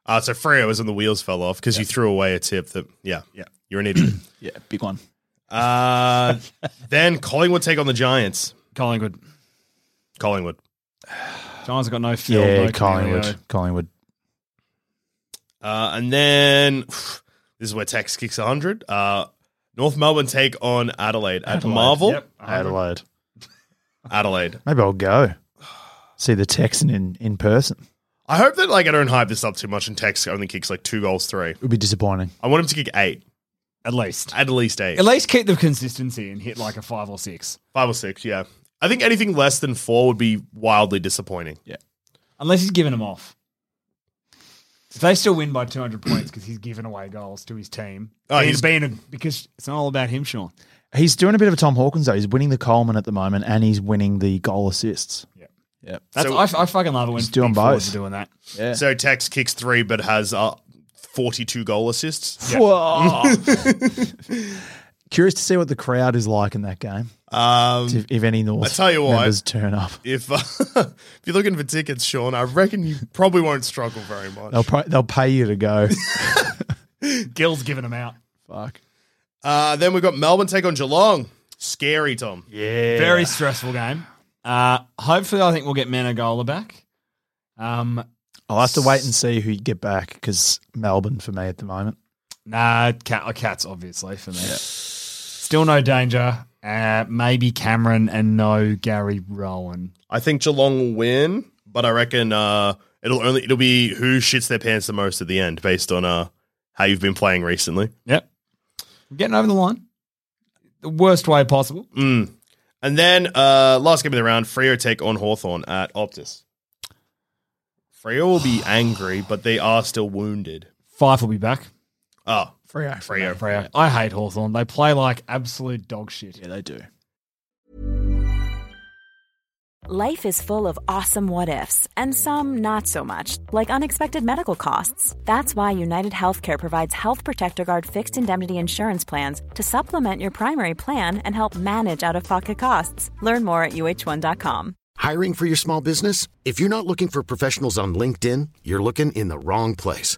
Uh, so Freo was when the wheels fell off because you threw away a tip that, yeah,
Yeah.
you're an idiot.
Yeah, big one.
uh, then Collingwood take on the Giants.
Collingwood.
Collingwood.
Giants have got no field.
Yeah,
Oh, no
Collingwood.
Cameo.
Collingwood.
Uh, and then this is where Tex kicks 100. Uh, North Melbourne take on Adelaide at Marvel.
Yep.
Adelaide.
Adelaide.
Maybe I'll go see the Texan in, in person.
I hope that like I don't hype this up too much and Tex only kicks like two goals, three.
It would be disappointing.
I want him to kick eight,
At least.
at least eight,
At least keep the consistency and hit like a five or six.
five or six. Yeah, I think anything less than four would be wildly disappointing.
Unless he's giving them off. If they still win by 200 points because he's giving away goals to his team,
Oh,
being-
he's-
being a, because it's not all about him, Sean.
He's doing a bit of a Tom Hawkins though. He's winning the Coleman at the moment, and he's winning the goal assists.
That's,
So-
I, f- I fucking love it when
He's doing
big forwards
both.
are doing that.
So Tex kicks three, but has uh, forty-two goal assists.
Whoa. Curious to see what the crowd is like in that game.
Um,
If, if any North
I tell you what.
members turn up,
if uh, if you're looking for tickets, Sean, I reckon you probably won't struggle very much.
they'll pro- they'll pay you to go.
Gill's giving them out.
Fuck.
Uh, then we've got Melbourne take on Geelong. Scary, Tom.
Very stressful game. Uh, hopefully, I think we'll get Managola back. Um,
I'll have to wait and see who you get back because Melbourne for me at the moment.
nah, cat, uh, cats obviously for me. Still no danger. Uh, maybe Cameron and no Gary Rowan.
I think Geelong will win, but I reckon uh, it'll only it'll be who shits their pants the most at the end, based on uh, how you've been playing recently.
Yep, getting over the line. The worst way possible.
Mm. And then uh, last game of the round, Freo take on Hawthorn at Optus. Freo will be angry, but they are still wounded.
Fife will be back.
Oh,
Freo.
Freo.
Freo. I hate Hawthorn. They play like absolute dog shit.
Yeah, they do.
Life is full of awesome what ifs, and some not so much, like unexpected medical costs. That's why United Healthcare provides Health Protector Guard fixed indemnity insurance plans to supplement your primary plan and help manage out of pocket costs. Learn more at uh1.com.
Hiring for your small business? If you're not looking for professionals on LinkedIn, you're looking in the wrong place.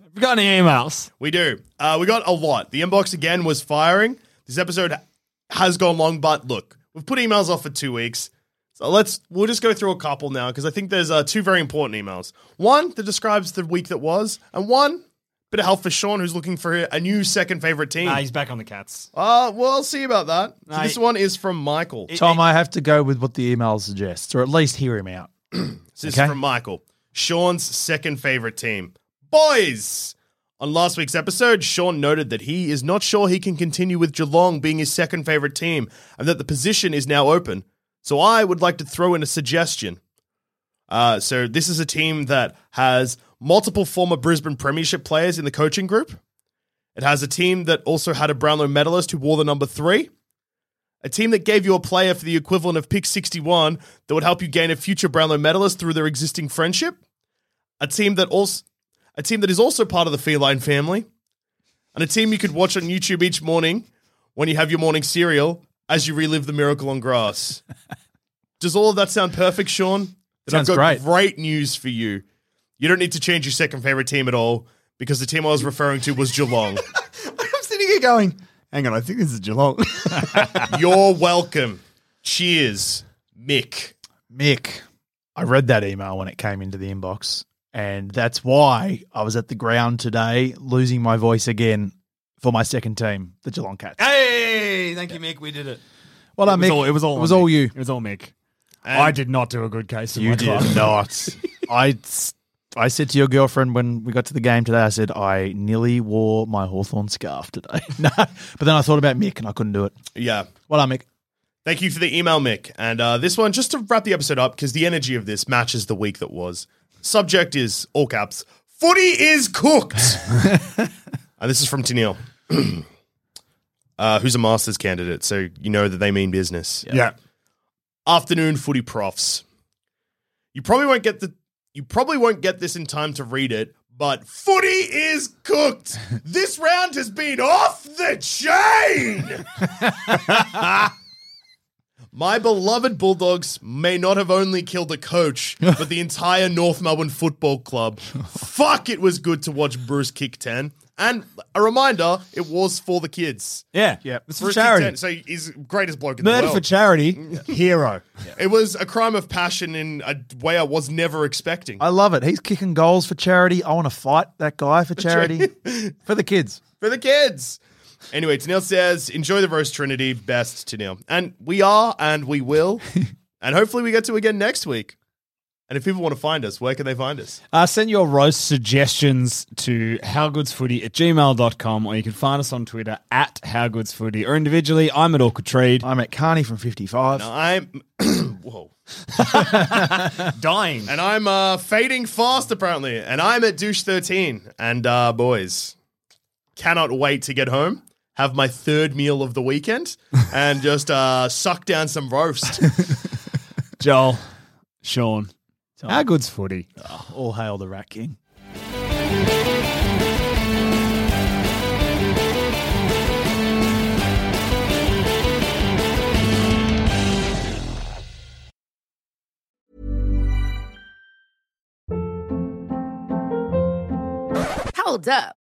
have you got any emails?
we do. Uh, we got a lot. The inbox again was firing. This episode has gone long, but look, we've put emails off for two weeks. So let's we'll just go through a couple now because I think there's uh, two very important emails. One that describes the week that was, and one bit of help for Sean who's looking for a new second favorite team.
Nah, he's back on the cats.
Uh, well, I'll see about that. So
Mate.
this one is from Michael.
Tom, I have to go with what the email suggests, or at least hear him out.
So this
Okay.
is from Michael. Sean's second favorite team. Boys! On last week's episode, Sean noted that he is not sure he can continue with Geelong being his second favorite team and that the position is now open. So I would like to throw in a suggestion. Uh, so this is a team that has multiple former Brisbane Premiership players in the coaching group. It has a team that also had a Brownlow medalist who wore the number three. a team that gave you a player for the equivalent of pick 61 that would help you gain a future Brownlow medalist through their existing friendship, a team that also a team that is also part of the feline family, and a team you could watch on YouTube each morning when you have your morning cereal as you relive the miracle on grass. Does all of that sound perfect, Sean? Then
Sounds
I've got
great.
great news for you. You don't need to change your second favorite team at all because the team I was referring to was Geelong.
I'm sitting here going, hang on, I think this is Geelong.
You're welcome. Cheers, Mick.
Mick, I read that email when it came into the inbox, and that's why I was at the ground today, losing my voice again for my second team, the Geelong Cats.
hey, thank you, Mick. We did it.
Well,
It
done,
was
Mick.
all, it was all,
It was
on
all
Mick.
you.
It was all Mick.
And-
I did not do a good case. In
You
my
did
class.
not. I, s- I said to your girlfriend when we got to the game today, I said I nearly wore my Hawthorn scarf today. no, but then I thought about Mick and I couldn't do it.
Yeah.
Well, done, Mick.
Thank you for the email, Mick. And uh, this one, just to wrap the episode up, because the energy of this matches the week that was. Subject is all caps. Footy is cooked. and this is from Tennille, uh, who's a master's candidate, so you know that they mean business.
Yeah.
Afternoon footy profs. You probably won't get the you probably won't get this in time to read it, but footy is cooked. this round has been off the chain. My beloved Bulldogs may not have only killed the coach, but the entire North Melbourne Football Club. Fuck, it was good to watch Bruce kick 10. And a reminder, it was for the kids.
Yeah.
Yeah.
It's for
Bruce
charity.
kicked 10, so he's the greatest bloke in
Murder
the
for
world.
charity. Hero.
it was a crime of passion in a way I was never expecting.
I love it. He's kicking goals for charity. I want to fight that guy for charity for the kids.
for the kids. Anyway, Tanil says, enjoy the roast trinity. Best Tanil. And we are and we will. and hopefully we get to again next week. And if people want to find us, where can they find us?
Uh, send your roast suggestions to howgoodsfooty at gmail.com or you can find us on Twitter at howgoodsfooty or individually. I'm at Orchid Trade.
I'm at Carney from 55.
I'm whoa,
Dying.
and I'm uh, fading fast apparently, and I'm at douche thirteen, and uh, boys, cannot wait to get home, have my third meal of the weekend, and just uh, suck down some roast.
Joel, Sean, How Good's Footy.
Oh, All hail the Rat King.
Hold up.